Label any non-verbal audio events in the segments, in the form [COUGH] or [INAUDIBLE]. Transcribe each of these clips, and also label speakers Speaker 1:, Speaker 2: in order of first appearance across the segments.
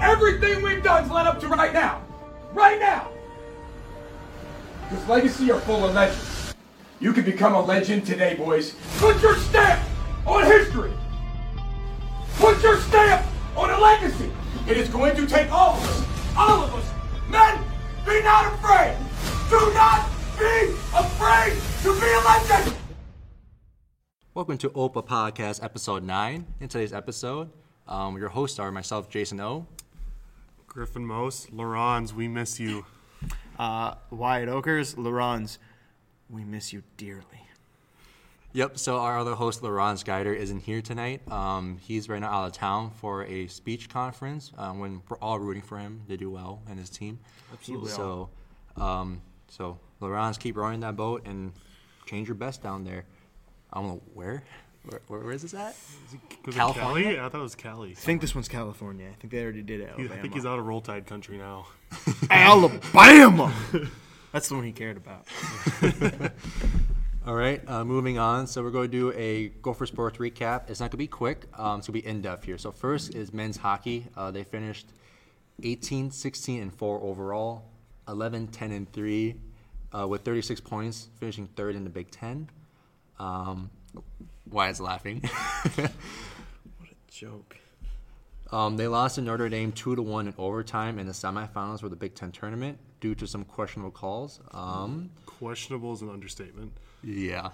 Speaker 1: Everything we've done's led up to right now. Right now. Because legacy are full of legends. You can become a legend today, boys. Put your stamp on history. Put your stamp on a legacy. It is going to take all of us. All of us. Men, be not afraid. Do not be afraid to be a legend.
Speaker 2: Welcome to OPA Podcast, Episode 9. In today's episode, um, your hosts are myself, Jason O.
Speaker 3: Griffin Most, Laurens, we miss you.
Speaker 4: Uh, Wyatt Oakers, Laurens, we miss you dearly.
Speaker 2: Yep, so our other host, Laurence Guider, isn't here tonight. Um, he's right now out of town for a speech conference um, when we're all rooting for him to do well and his team.
Speaker 4: Absolutely.
Speaker 2: So, um, so Laurence, keep rowing that boat and change your best down there. I don't know where. Where, where, where is this at?
Speaker 3: Was it
Speaker 2: California?
Speaker 3: Kelly? I thought it was Kelly.
Speaker 4: I think this one's California. I think they already did it.
Speaker 3: He-
Speaker 4: Alabama.
Speaker 3: I think he's out of Roll Tide country now.
Speaker 4: Alabama. [LAUGHS] That's the one he cared about.
Speaker 2: All right, uh, moving on. So we're going to do a Gopher Sports recap. It's not going to be quick. Um, it's going to be in depth here. So first is men's hockey. Uh, they finished 18, 16, and four overall, 11, 10, and three, uh, with 36 points, finishing third in the Big Ten. Um, why is laughing? [LAUGHS]
Speaker 4: Joke.
Speaker 2: Um, they lost to Notre Dame two to one in overtime in the semifinals for the Big Ten tournament due to some questionable calls. Um,
Speaker 3: Questionable is an understatement.
Speaker 2: Yeah.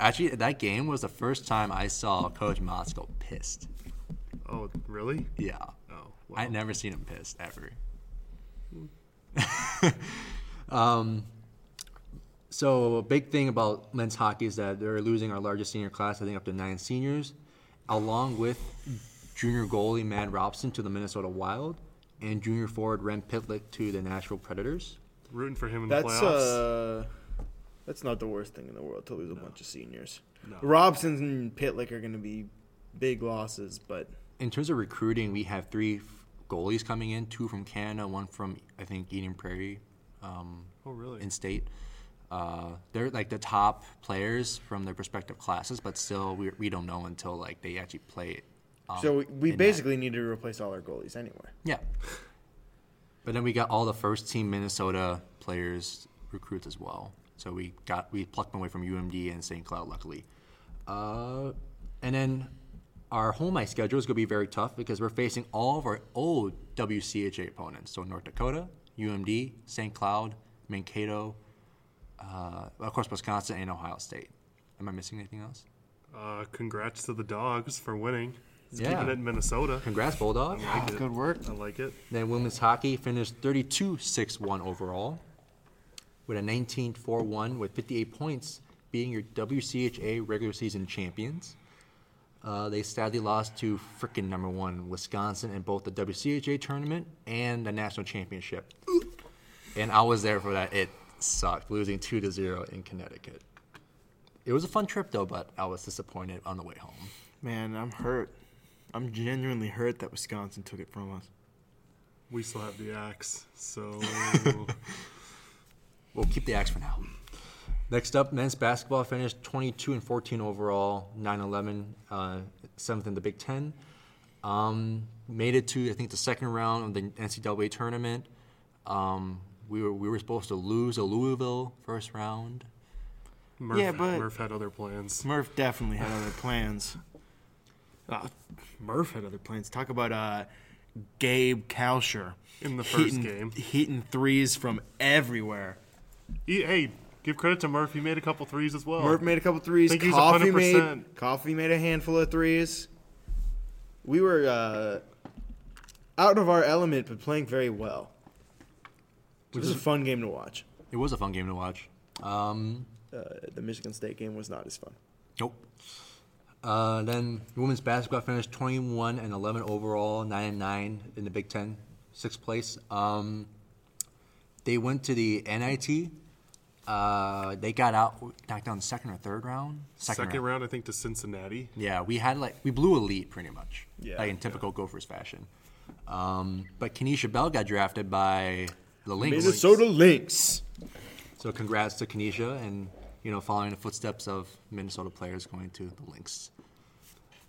Speaker 2: Actually, that game was the first time I saw Coach Mosco pissed.
Speaker 3: Oh, really?
Speaker 2: Yeah.
Speaker 3: Oh,
Speaker 2: i
Speaker 3: wow.
Speaker 2: would never seen him pissed,
Speaker 3: [LAUGHS]
Speaker 2: ever. um, so, a big thing about men's hockey is that they're losing our largest senior class, I think up to nine seniors, along with junior goalie Matt Robson to the Minnesota Wild and junior forward Rem Pitlick to the Nashville Predators.
Speaker 3: Rooting for him in the
Speaker 4: That's
Speaker 3: playoffs.
Speaker 4: uh, that's not the worst thing in the world to lose a bunch of seniors. Robson and Pitlick are going to be big losses, but
Speaker 2: in terms of recruiting, we have three f- goalies coming in: two from Canada, one from I think Eden Prairie, um,
Speaker 3: oh, really?
Speaker 2: in state. Uh, they're like the top players from their respective classes, but still, we, we don't know until like they actually play it. Um,
Speaker 4: so we, we
Speaker 2: in that-
Speaker 4: basically need to replace all our goalies anyway.
Speaker 2: yeah. But then we got all the first team Minnesota players recruits as well. So we got we plucked them away from UMD and St. Cloud, luckily. Uh, and then our home ice schedule is going to be very tough because we're facing all of our old WCHA opponents. So North Dakota, UMD, St. Cloud, Mankato, uh, of course Wisconsin, and Ohio State. Am I missing anything else?
Speaker 3: Uh, congrats to the dogs for winning. He's
Speaker 2: Yeah.
Speaker 3: Keeping it in Minnesota.
Speaker 2: Congrats, Bulldog.
Speaker 3: I like it.
Speaker 4: Good work.
Speaker 3: I like it.
Speaker 2: Then women's hockey finished 32 6 1 overall with a 19 4 1 with 58 points, being your WCHA regular season champions. Uh, they sadly lost to frickin' number one Wisconsin in both the WCHA tournament and the national championship. And I was there for that. It sucked, losing 2 to 0 in Connecticut. It was a fun trip though, but I was disappointed on the way home.
Speaker 4: Man, I'm hurt. I'm genuinely hurt that Wisconsin took it from us.
Speaker 3: We still have the axe, so
Speaker 2: We'll keep the axe for now. Next up, men's basketball finished 22 and 14 overall, 9 11, uh, seventh in the Big Ten. Um, made it to, I think, the second round of the NCAA tournament. Um, we, were, we were supposed to lose to Louisville first round.
Speaker 3: Murph,
Speaker 4: Yeah, but-
Speaker 3: Murph had other plans.
Speaker 4: Murph definitely had other plans. [SIGHS] Uh, Murph had other plans. Talk about uh, Gabe Kalsher
Speaker 3: In the first
Speaker 4: hitting,
Speaker 3: game.
Speaker 4: hitting threes from everywhere.
Speaker 3: He- hey, give credit to Murph. He made a couple threes as well.
Speaker 4: Murph made a couple threes.
Speaker 3: Oh, Think he's
Speaker 4: Coffee made
Speaker 3: 100%.
Speaker 4: Coffee made a handful of threes. We were uh, out of our element, but playing very well. It was a fun game to watch.
Speaker 2: It was a fun game to watch. Um,
Speaker 4: Uh, the Michigan State game was not as fun.
Speaker 2: Nope. Uh, then women's basketball finished 21 and 11 overall, 9 and 9 in the Big Ten, sixth place. Um, they went to the NIT. Uh, they got out, knocked down second or third round.
Speaker 3: Second round. I think, to Cincinnati.
Speaker 2: Yeah, we had like we blew a lead pretty much,
Speaker 4: Yeah.
Speaker 2: like in typical Gophers fashion. Um, but Kenesha Bell got drafted by the Lynx.
Speaker 4: Minnesota Lynx.
Speaker 2: So congrats to Kenesha and you know following the footsteps of Minnesota players going to the Lynx.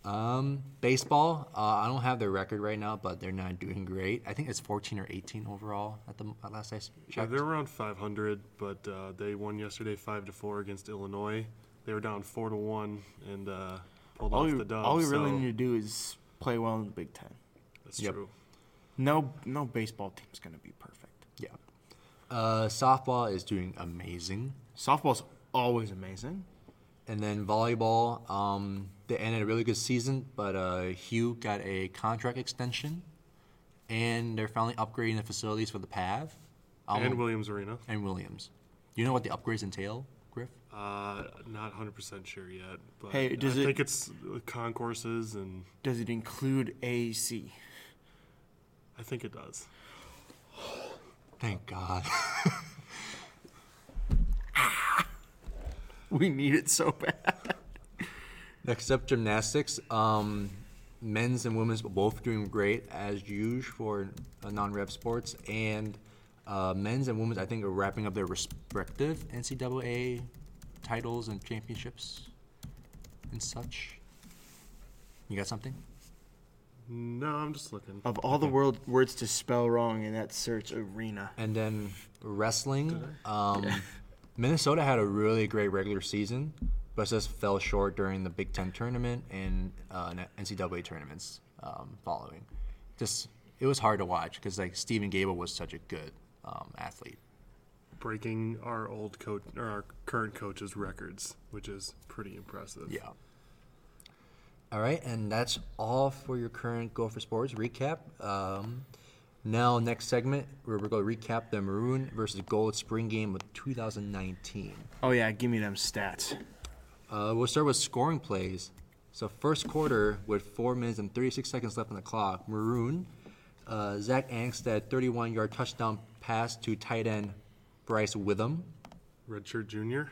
Speaker 2: Um, baseball, uh, I don't have their record right now, but they're not doing great. I think it's 14 or 18 overall at the at last I s-
Speaker 3: Yeah,
Speaker 2: checked.
Speaker 3: they're around 500, but uh, they won yesterday 5 to 4 against Illinois. They were down 4 to 1 and uh, pulled
Speaker 5: All
Speaker 3: off
Speaker 5: we,
Speaker 3: the dub.
Speaker 5: all we really
Speaker 3: so
Speaker 5: need to do is play well in the Big Ten.
Speaker 3: That's
Speaker 2: Yep.
Speaker 3: true.
Speaker 5: No, no baseball team's gonna be perfect.
Speaker 2: yeah. Uh, softball is doing amazing.
Speaker 5: Softball's always amazing.
Speaker 2: And then volleyball, um, they ended a really good season, but uh, Hugh got a contract extension, and they're finally upgrading the facilities for the PAV um,
Speaker 3: and Williams Arena.
Speaker 2: and Williams. Do you know what the upgrades entail, Griff?
Speaker 3: Uh, not 100% sure yet, but
Speaker 5: Hey, does
Speaker 3: I
Speaker 5: it-
Speaker 3: think it's concourses, and
Speaker 5: Does it include AC?
Speaker 3: I think it does.
Speaker 2: Thank God.
Speaker 5: [LAUGHS]
Speaker 2: [LAUGHS]
Speaker 5: We need it so bad.
Speaker 2: Next up, gymnastics. Um, men's and women's both doing great as usual for uh, non-rep sports, and uh, men's and women's I think are wrapping up their respective NCAA titles and championships and such. You got something?
Speaker 3: No, I'm just looking.
Speaker 5: Of all the world words to spell wrong in that search, arena.
Speaker 2: And then wrestling. Um, [LAUGHS] Minnesota had a really great regular season, but just fell short during the Big Ten tournament and uh, N- NCAA tournaments um, following. Just it was hard to watch because like Stephen Gable was such a good um, athlete.
Speaker 3: Breaking our old coach or our current coach's records, which is pretty impressive.
Speaker 2: Yeah. All right, and that's all for your current Go for Sports recap. Um, now, next segment, we're, we're going to recap the Maroon versus Gold Spring game of 2019.
Speaker 5: Oh yeah, give me them stats.
Speaker 2: Uh, we'll start with scoring plays. So first quarter, with four minutes and 36 seconds left on the clock, Maroon, uh, Zach Angstad, 31-yard touchdown pass to tight end Bryce Witham.
Speaker 3: Redshirt Junior.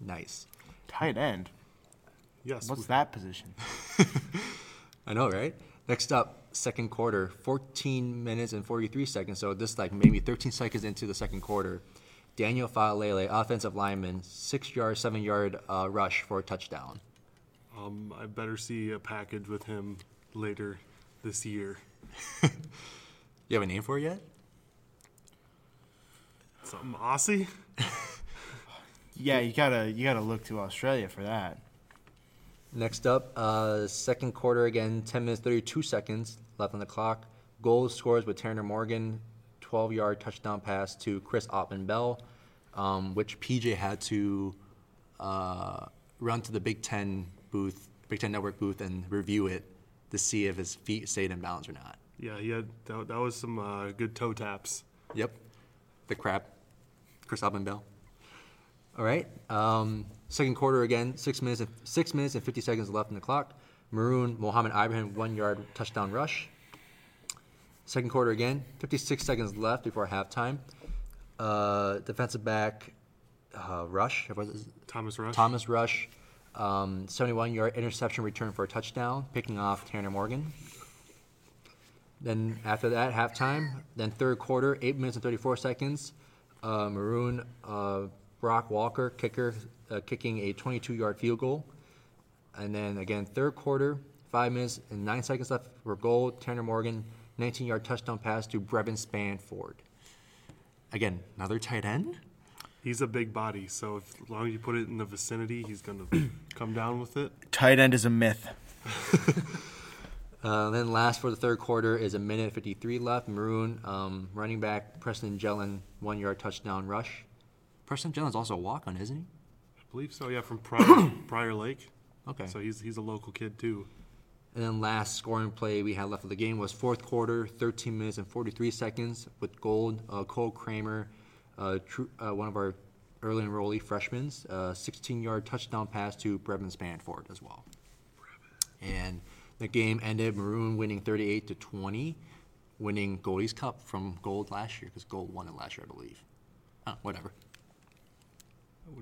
Speaker 2: Nice.
Speaker 5: Tight end.
Speaker 3: Yes.
Speaker 5: What's
Speaker 3: we-
Speaker 5: that position?
Speaker 2: I know, right? Next up, second quarter, 14 minutes and 43 seconds. So this like maybe 13 seconds into the second quarter, Daniel Falele, offensive lineman, six-yard, seven-yard uh, rush for a touchdown.
Speaker 3: Um, I better see a package with him later this year.
Speaker 2: You have a name for it yet?
Speaker 3: Something Aussie.
Speaker 5: Yeah, you gotta you gotta look to Australia for that.
Speaker 2: Next up, uh, second quarter again, 10 minutes, 32 seconds left on the clock. Goal scores with Tanner Morgan, 12 yard touchdown pass to Chris Ottman Bell, um, which PJ had to uh, run to the Big Ten booth, Big Ten Network booth, and review it to see if his feet stayed in bounds or not.
Speaker 3: Yeah, he had that, that was some uh, good toe taps.
Speaker 2: Yep. The crap. Chris Albin Bell. All right. Um, second quarter again. Six minutes. And, six minutes and fifty seconds left in the clock. Maroon Mohammed Ibrahim one yard touchdown rush. Second quarter again. Fifty-six seconds left before halftime. Uh, defensive back uh, Rush. was it-
Speaker 3: Thomas Rush.
Speaker 2: Thomas Rush. Um, 71 yard interception return for a touchdown, picking off Tanner Morgan. Then after that, halftime. Then third quarter, eight minutes and 34 seconds. Uh, Maroon uh, Brock Walker kicker uh, kicking a 22-yard field goal. And then again, third quarter, five minutes and nine seconds left for goal. Tanner Morgan, 19-yard touchdown pass to Brevin Spanford. Again, another tight end.
Speaker 3: He's a big body, so if, as long as you put it in the vicinity, he's gonna come down with it.
Speaker 5: Tight end is a myth.
Speaker 2: Uh, then last for the third quarter is a minute 53 left. Maroon um, running back Preston Jellin one yard touchdown rush. Preston Jellin's also a walk on, isn't he?
Speaker 3: I believe so. Yeah, from Prior, Prior Lake.
Speaker 2: Okay.
Speaker 3: So he's he's a local kid too.
Speaker 2: And then last scoring play we had left of the game was fourth quarter, 13 minutes and 43 seconds with gold uh, Cole Kramer, uh, tru- uh, one of our early enrollee freshmen, uh, 16 yard touchdown pass to Brevin Spanford as well. And the game ended Maroon winning 38 to 20, winning Goldie's Cup from Gold last year because Gold won it last year, I believe. Oh, whatever.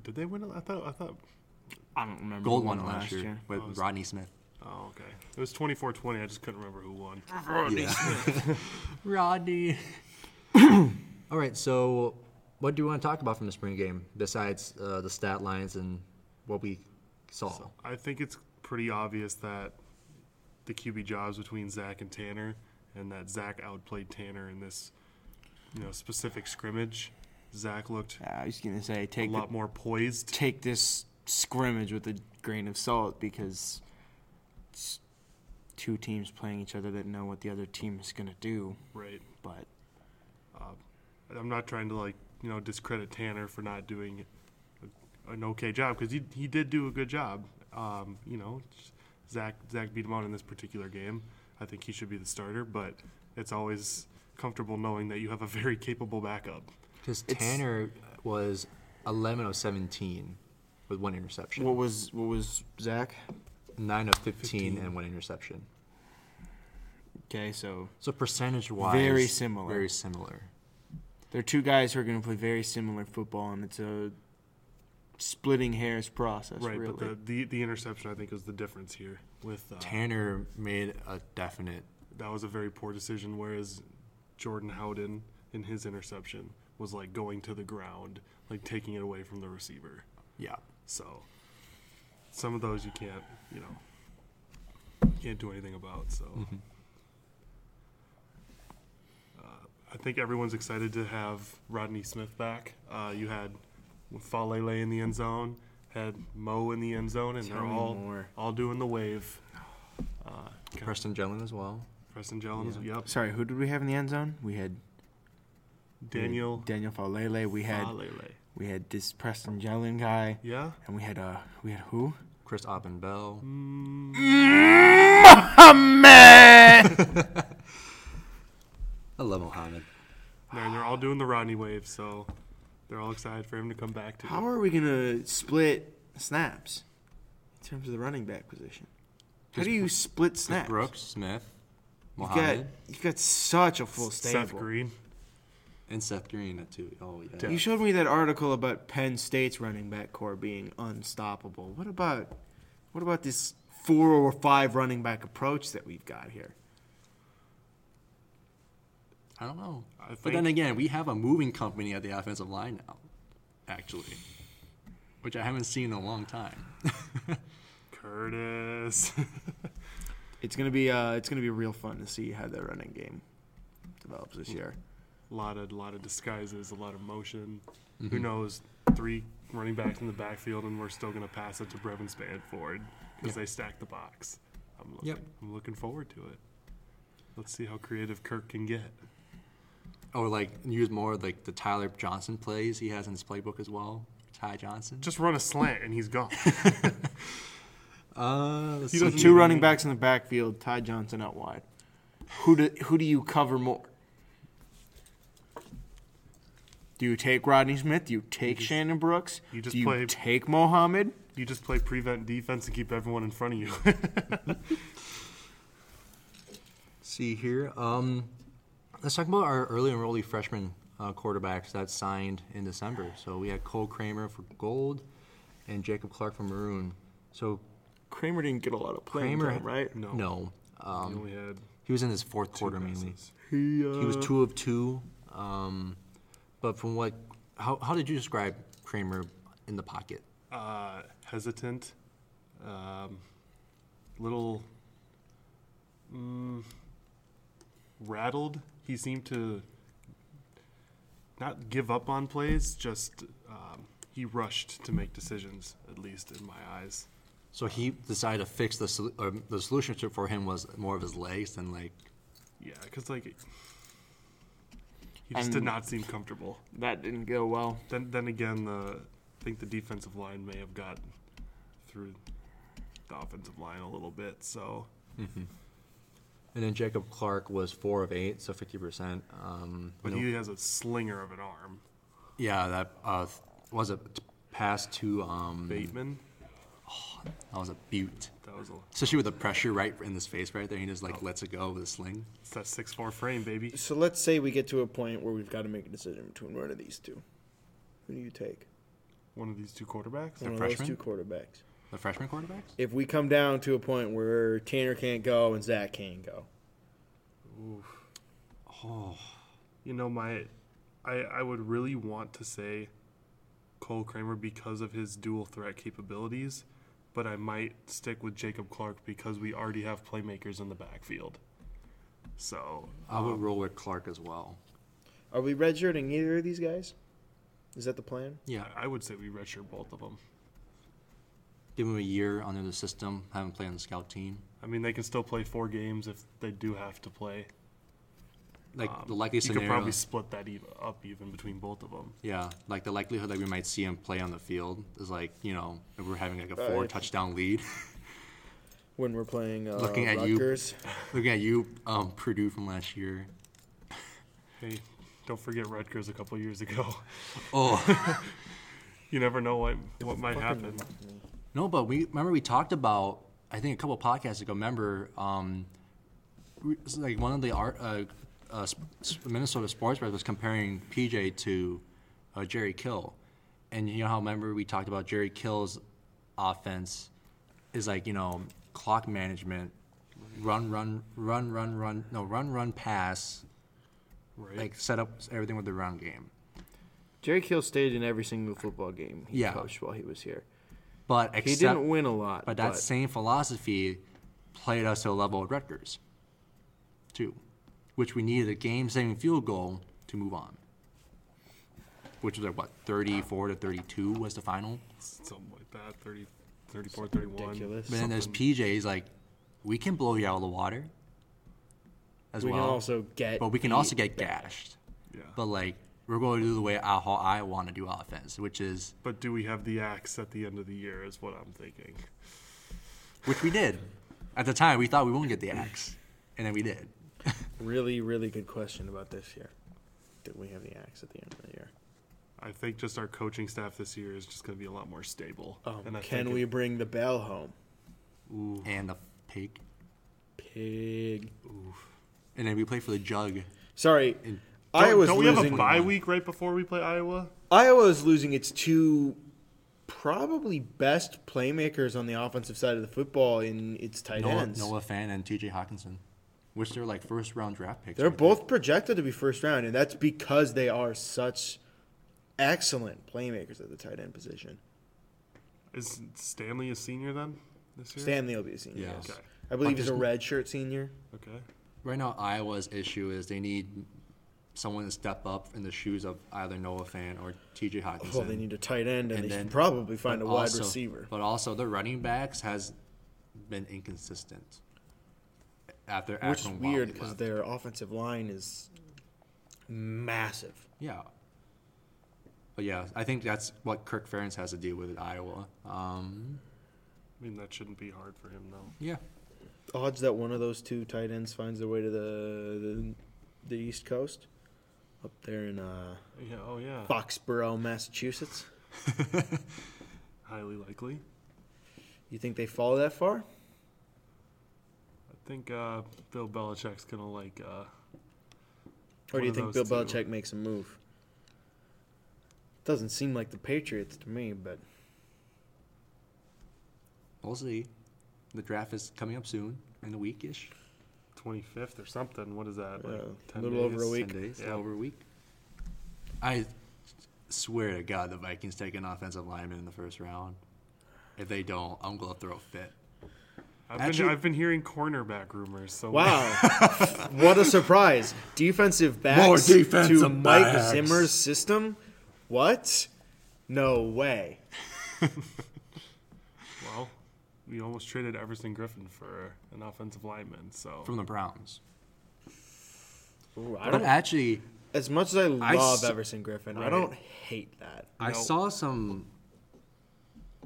Speaker 3: Did they win it? I thought I thought.
Speaker 5: I don't remember.
Speaker 2: Gold
Speaker 5: who
Speaker 2: won it
Speaker 5: won
Speaker 2: last year, with Rodney Smith.
Speaker 3: Oh, okay. It was 24-20. I just couldn't remember who won.
Speaker 2: Rodney. [COUGHS] All right, so what do we want to talk about from the spring game besides uh, the stat lines and what we saw?
Speaker 3: I think it's pr- pretty obvious that the QB jobs between Zach and Tanner, and that Zach outplayed Tanner in this, you know, specific scrimmage. Zach looked
Speaker 5: I was gonna say
Speaker 3: a
Speaker 5: take the,
Speaker 3: lot more poised.
Speaker 5: take this scrimmage with a grain of salt because it's two teams playing each other that know what the other team is gonna do.
Speaker 3: Right.
Speaker 5: But
Speaker 3: I'm not trying to like you know discredit Tanner for not doing a, an okay job because he he did do a good job. Um, you know, Zach Zach beat him out in this particular game. I think he should be the starter, but it's always comfortable knowing that you have a very capable backup.
Speaker 2: Because Tanner was 11 of 17 with one interception,
Speaker 5: what was what was Zach?
Speaker 2: 9 of 15, and one interception.
Speaker 5: Okay, so
Speaker 2: So percentage wise,
Speaker 5: Very similar.
Speaker 2: Very similar.
Speaker 5: They're two guys who are going to play very similar football, and it's a splitting hairs process,
Speaker 3: Right,
Speaker 5: really.
Speaker 3: but the, the the interception I think was the difference here. With uh,
Speaker 2: Tanner made a definite.
Speaker 3: that was a very poor decision, whereas Jordan Howden in his interception was like going to the ground, like taking it away from the receiver.
Speaker 2: Yeah.
Speaker 3: So some of those you can't, you know, can't do anything about. So uh, I think everyone's excited to have Rodney Smith back. Uh, you had Falele in the end zone, had Mo in the end zone, and
Speaker 5: Tell
Speaker 3: they're
Speaker 5: me
Speaker 3: all
Speaker 5: more.
Speaker 3: all doing the wave.
Speaker 2: Preston Jellin as well.
Speaker 3: Preston Jones, yep.
Speaker 5: Sorry, who did we have in the end zone? We had we had
Speaker 3: Daniel
Speaker 5: Daniel Falele. We had
Speaker 3: Falele.
Speaker 5: we had this Preston Jalen guy,
Speaker 3: Yeah,
Speaker 5: and we had uh we had who?
Speaker 2: Chris Oppen Bell. [LAUGHS] I love Mohammed.
Speaker 3: they're, they're all doing the Rodney wave, so they're all excited for him to come back. To
Speaker 5: How are we gonna split snaps in terms of the running back position? How do you split snaps?
Speaker 2: Brooks Smith,
Speaker 5: You've got,
Speaker 2: Mohammed,
Speaker 5: you've got such a full stable.
Speaker 3: Seth Green.
Speaker 2: and Seth Green at two. Oh yeah.
Speaker 5: You showed me that article about Penn State's running back core being unstoppable. What about what about this four or five running back approach that we've got here?
Speaker 2: I don't know.
Speaker 3: I
Speaker 2: but
Speaker 3: think-
Speaker 2: then again, we have a moving company at the offensive line now, actually, which I haven't seen in a long time.
Speaker 3: Curtis.
Speaker 5: It's gonna be uh, it's gonna be real fun to see how the running game develops this year.
Speaker 3: a lot of lot of disguises, a lot of motion. Who knows? Three running backs in the backfield, and we're still going to pass it to Brevin Spanford because they stack the box. I'm looking,
Speaker 2: Yep.
Speaker 3: I'm looking forward to it. Let's see how creative Kirk can get.
Speaker 2: Or like use more of, like the Tyler Johnson plays he has in his playbook as well. Ty Johnson.
Speaker 3: Just run a slant, and he's gone.
Speaker 2: Uh, let's
Speaker 5: So
Speaker 2: see.
Speaker 5: two running backs in the backfield, Ty Johnson out wide. Who do who do you cover more? Do you take Rodney Smith? Do you take Shannon Brooks?
Speaker 3: you just
Speaker 5: do you
Speaker 3: play-
Speaker 5: take Mohammed?
Speaker 3: you just play prevent defense and keep everyone in front of you.
Speaker 2: see here. Um, let's talk about our early enrollee freshman uh, quarterbacks that signed in December. So we had Cole Kramer for gold and Jacob Clark for maroon. So
Speaker 5: Kramer didn't get a lot of playing
Speaker 2: Kramer,
Speaker 5: time, right?
Speaker 3: No.
Speaker 2: No, Um,
Speaker 3: [LAUGHS] he only had
Speaker 2: he was in his fourth
Speaker 3: two
Speaker 2: quarter mainly.
Speaker 3: passes.
Speaker 5: He,
Speaker 2: He was two of two. Um, but from what, how, how did you describe Kramer in the pocket?
Speaker 3: uh, hesitant, um, little mm, rattled. He seemed to not give up on plays, just um, he rushed to make decisions, at least in my eyes.
Speaker 2: So he decided to fix the sol- or the solution to, for him was more of his legs than like
Speaker 3: Yeah, because like he just did
Speaker 5: And-
Speaker 3: not seem comfortable.
Speaker 5: That didn't go well.
Speaker 3: Then, then again, the I think the defensive line may have got through the offensive line a little bit, so.
Speaker 2: And then Jacob Clark was four of eight, so fifty percent. Um,
Speaker 3: But
Speaker 2: no-
Speaker 3: he has a slinger of an arm.
Speaker 2: yeah, that uh, th- was a t- pass to um,
Speaker 3: Bateman.
Speaker 2: that was a butte.
Speaker 3: That was a
Speaker 2: Especially with the pressure right in his face right there, he just like lets it go with a sling.
Speaker 3: it's that six four frame, baby.
Speaker 4: So let's say we get to a point where we've got to make a decision between one of these two. Who do you take?
Speaker 3: One of these two quarterbacks.
Speaker 4: One of
Speaker 2: freshman?
Speaker 4: those two quarterbacks.
Speaker 2: The freshman quarterbacks.
Speaker 4: If we come down to a point where Tanner can't go and Zach can't go,
Speaker 3: You know, my I I would really want to say Cole Kramer because of his dual threat capabilities, but I might stick with Jacob Clark because we already have playmakers in the backfield. So
Speaker 2: I would roll with Clark as well.
Speaker 5: Are we redshirting either of these guys? Is that the plan?
Speaker 2: Yeah,
Speaker 3: I- I would say we redshirt both of them.
Speaker 2: give him a year under the system, have him play on the scout team.
Speaker 3: I mean, they can still play four games if they do have to play.
Speaker 2: Like
Speaker 3: Um,
Speaker 2: the likely
Speaker 3: you
Speaker 2: scenario,
Speaker 3: could probably split that ev- up even between both of them.
Speaker 2: yeah, like the likelihood that we might see him play on the field is like you know if we're having like a
Speaker 5: Uh,
Speaker 2: four
Speaker 5: if-
Speaker 2: touchdown lead.
Speaker 5: When we're playing uh,
Speaker 2: Looking at you.
Speaker 5: Rutgers?
Speaker 2: Looking at you, um, Purdue from last year.
Speaker 3: Hey, don't forget Rutgers a couple years ago.
Speaker 2: Oh
Speaker 3: [LAUGHS] You never know what what might happen.
Speaker 2: no, but we remember we talked about I think a couple podcasts ago. Remember, um, we- it's like one of the art, uh, uh, sp- sp- Minnesota sports writers was comparing PJ to uh, Jerry Kill, and you know how remember we talked about Jerry Kill's offense is like you know clock management, run run run run run no run run pass,
Speaker 3: Right?
Speaker 2: like set up everything with the run game.
Speaker 6: Jerry Kill stayed in every single football game he
Speaker 2: Yeah.
Speaker 6: coached while he was here.
Speaker 2: But
Speaker 6: He
Speaker 2: except
Speaker 6: didn't win a lot,
Speaker 2: But that same philosophy played us to a level at Rutgers, too, which we needed a game-saving field goal to move on. Which was like what 34 to 32 was the final.
Speaker 3: Something like that. 30, 34, 31.
Speaker 5: Ridiculous.
Speaker 2: But then there's PJ's like, we can blow you out of the water. As
Speaker 5: We
Speaker 2: well,
Speaker 5: can also get.
Speaker 2: but we can
Speaker 5: beat.
Speaker 2: also get gashed.
Speaker 3: Yeah.
Speaker 2: But like we're going to do the way I, how I want to do offense, which is
Speaker 3: But do we have the axe at the end of the year? Is what I'm thinking.
Speaker 2: which we did. At the time, we thought we won't get the axe, and then we did.
Speaker 5: Really, really good question about this year. Did we have the axe at the end of the year?
Speaker 3: I think just our coaching staff this year is just going to be a lot more stable.
Speaker 5: Um,
Speaker 3: I
Speaker 5: can
Speaker 3: think
Speaker 5: we
Speaker 3: it-
Speaker 5: bring the bell home?
Speaker 2: And the pig,
Speaker 5: Pig.
Speaker 2: and then we play for the jug
Speaker 5: Sorry,
Speaker 3: Don't,
Speaker 5: Iowa's
Speaker 3: don't we have a
Speaker 5: losing.
Speaker 3: bye week right before we play Iowa?
Speaker 5: Iowa is losing its two probably best playmakers on the offensive side of the football in its tight
Speaker 2: Noah,
Speaker 5: ends.
Speaker 2: Noah Fan and T.J. Hawkinson, which they're like first round draft picks.
Speaker 5: They're
Speaker 2: right
Speaker 5: both projected to be first round, and that's because they are such excellent playmakers at the tight end position.
Speaker 3: Is Stanley a senior then this year?
Speaker 5: Stanley will be a senior.
Speaker 2: Yes.
Speaker 3: Okay.
Speaker 5: I believe he's a red shirt senior.
Speaker 3: Okay.
Speaker 2: there. Right now, Iowa's issue is they need someone to step up in the shoes of either Noah Fan or T.J. Hawkinson.
Speaker 5: Well, they need a tight end, and,
Speaker 2: And
Speaker 5: they
Speaker 2: then-
Speaker 5: should probably find a
Speaker 2: But
Speaker 5: wide
Speaker 2: also-
Speaker 5: receiver.
Speaker 2: But also, the running backs has been inconsistent. After
Speaker 5: Which is
Speaker 2: Akron
Speaker 5: weird
Speaker 2: Wally
Speaker 5: because
Speaker 2: left.
Speaker 5: their offensive line is massive.
Speaker 2: yeah. But yeah, I think that's what Kirk Ferentz has to deal with at Iowa. Um,
Speaker 3: I mean that shouldn't be hard for him though.
Speaker 2: yeah,
Speaker 5: Odds that one of those two tight ends finds their way to the the, the East Coast, up there in uh,
Speaker 3: Yeah. Oh yeah.
Speaker 5: Foxborough, Massachusetts.
Speaker 3: Highly likely.
Speaker 5: You think they fall that far?
Speaker 3: I think uh, Bill Belichick's gonna like. Uh, One
Speaker 5: Or do you
Speaker 3: of
Speaker 5: think Bill
Speaker 3: those two.
Speaker 5: Belichick makes a move? Doesn't seem like the Patriots to me, but
Speaker 2: we'll see. The draft is coming up soon in a weekish,
Speaker 3: 25th or something. What is that? Like
Speaker 5: Yeah,
Speaker 3: 10
Speaker 5: little over a
Speaker 3: days?
Speaker 5: week.
Speaker 2: Ten days,
Speaker 3: Yeah.
Speaker 2: over a week. I swear to God, the Vikings take an offensive lineman in the first round. If they don't, I'm gonna throw a fit.
Speaker 3: I've,
Speaker 2: Actually-
Speaker 3: been, I've been hearing cornerback rumors. So
Speaker 5: wow, [LAUGHS] what a surprise! Defensive backs
Speaker 2: More defensive
Speaker 5: to Mike
Speaker 2: backs.
Speaker 5: Zimmer's system. What? No way.
Speaker 3: [LAUGHS] Well, we almost traded Everson Griffin for an offensive lineman. So
Speaker 2: From the Browns.
Speaker 5: Ooh, I
Speaker 2: But
Speaker 5: don't,
Speaker 2: actually,
Speaker 5: as much as I
Speaker 2: I
Speaker 5: love
Speaker 2: s-
Speaker 5: Everson Griffin, I
Speaker 3: Right.
Speaker 5: don't hate that.
Speaker 2: I
Speaker 3: No.
Speaker 2: saw some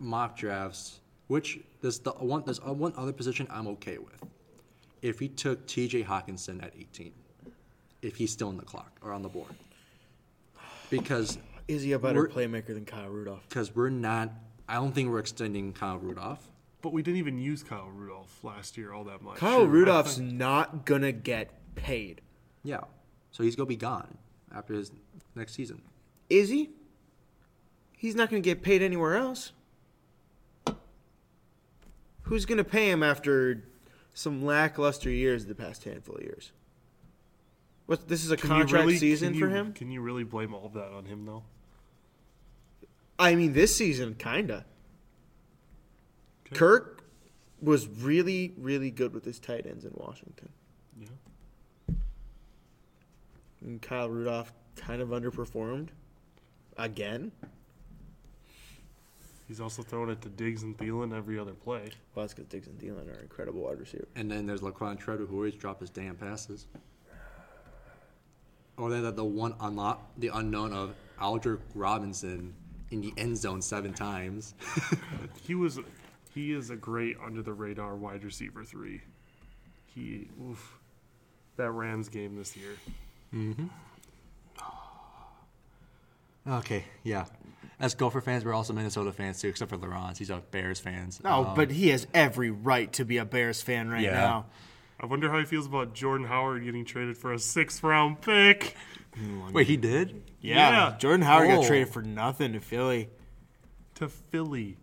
Speaker 2: mock drafts, which there's the one there's uh, one other position I'm okay with. If he took T.J. Hawkinson at 18, if he's still on the clock or on the board, because
Speaker 5: Is he a better
Speaker 2: We're-
Speaker 5: playmaker than Kyle Rudolph?
Speaker 2: because we're not. I don't think we're extending Kyle Rudolph.
Speaker 3: But we didn't even use Kyle Rudolph last year all that much.
Speaker 5: Kyle
Speaker 3: Sure.
Speaker 5: Rudolph's not gonna get paid,
Speaker 2: Yeah. So he's gonna be gone after his next season.
Speaker 5: is he? He's not gonna get paid anywhere else. Who's gonna pay him after some lackluster years the past handful of years? What? This is a
Speaker 3: Can you
Speaker 5: contract
Speaker 3: really-
Speaker 5: season
Speaker 3: can
Speaker 5: for
Speaker 3: you-
Speaker 5: him.
Speaker 3: Can you really blame all of that on him though?
Speaker 5: I mean, this season, kinda.
Speaker 4: Kirk was really, really good with his tight ends in Washington.
Speaker 3: Yeah.
Speaker 4: And Kyle Rudolph kind of underperformed again.
Speaker 3: He's also throwing it to Diggs and Thielen every other play.
Speaker 4: Well, that's because Diggs and Thielen are incredible wide receivers.
Speaker 2: And then there's Laquan Treadwell, who always dropped his damn passes. Or then the, the one unlock, the unknown of Aldrick Robinson in the end zone seven times. [LAUGHS]
Speaker 3: He was, he is a great under the radar wide receiver three. He, oof, that Rams game this year.
Speaker 2: okay, yeah. As Gopher fans, we're also Minnesota fans too, except for LaRons. He's a Bears fans.
Speaker 5: No, Oh, but he has every right to be a Bears fan right
Speaker 2: Um, Yeah.
Speaker 5: now.
Speaker 3: I wonder how he feels about Jordan Howard getting traded for a sixth round pick.
Speaker 2: Wait, he did?
Speaker 5: Yeah,
Speaker 3: Yeah.
Speaker 5: Jordan Howard
Speaker 2: Oh.
Speaker 5: got traded for nothing to Philly.
Speaker 3: to Philly.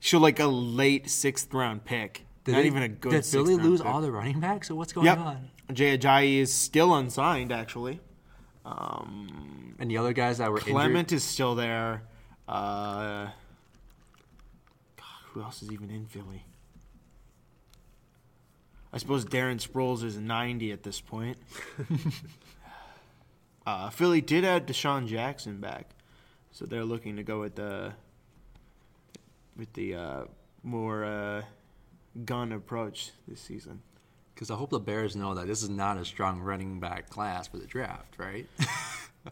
Speaker 5: So like a late sixth round pick,
Speaker 2: Did
Speaker 5: not
Speaker 2: they-
Speaker 5: even a good.
Speaker 2: Did
Speaker 5: sixth
Speaker 2: Philly
Speaker 5: round
Speaker 2: lose
Speaker 5: pick.
Speaker 2: all the running backs? So what's going
Speaker 5: Yep,
Speaker 2: on?
Speaker 5: Jay Ajayi is still unsigned. Actually,
Speaker 2: And the other guys that were
Speaker 5: Clement is still there. Uh, God, who else is even in Philly? I suppose Darren Sproles is ninety at this point. uh, Philly did add Deshaun Jackson back, so they're looking to go with the with the uh, more uh, gun approach this season.
Speaker 2: because I hope the Bears know that this is not a strong running back class for the draft, right? [LAUGHS]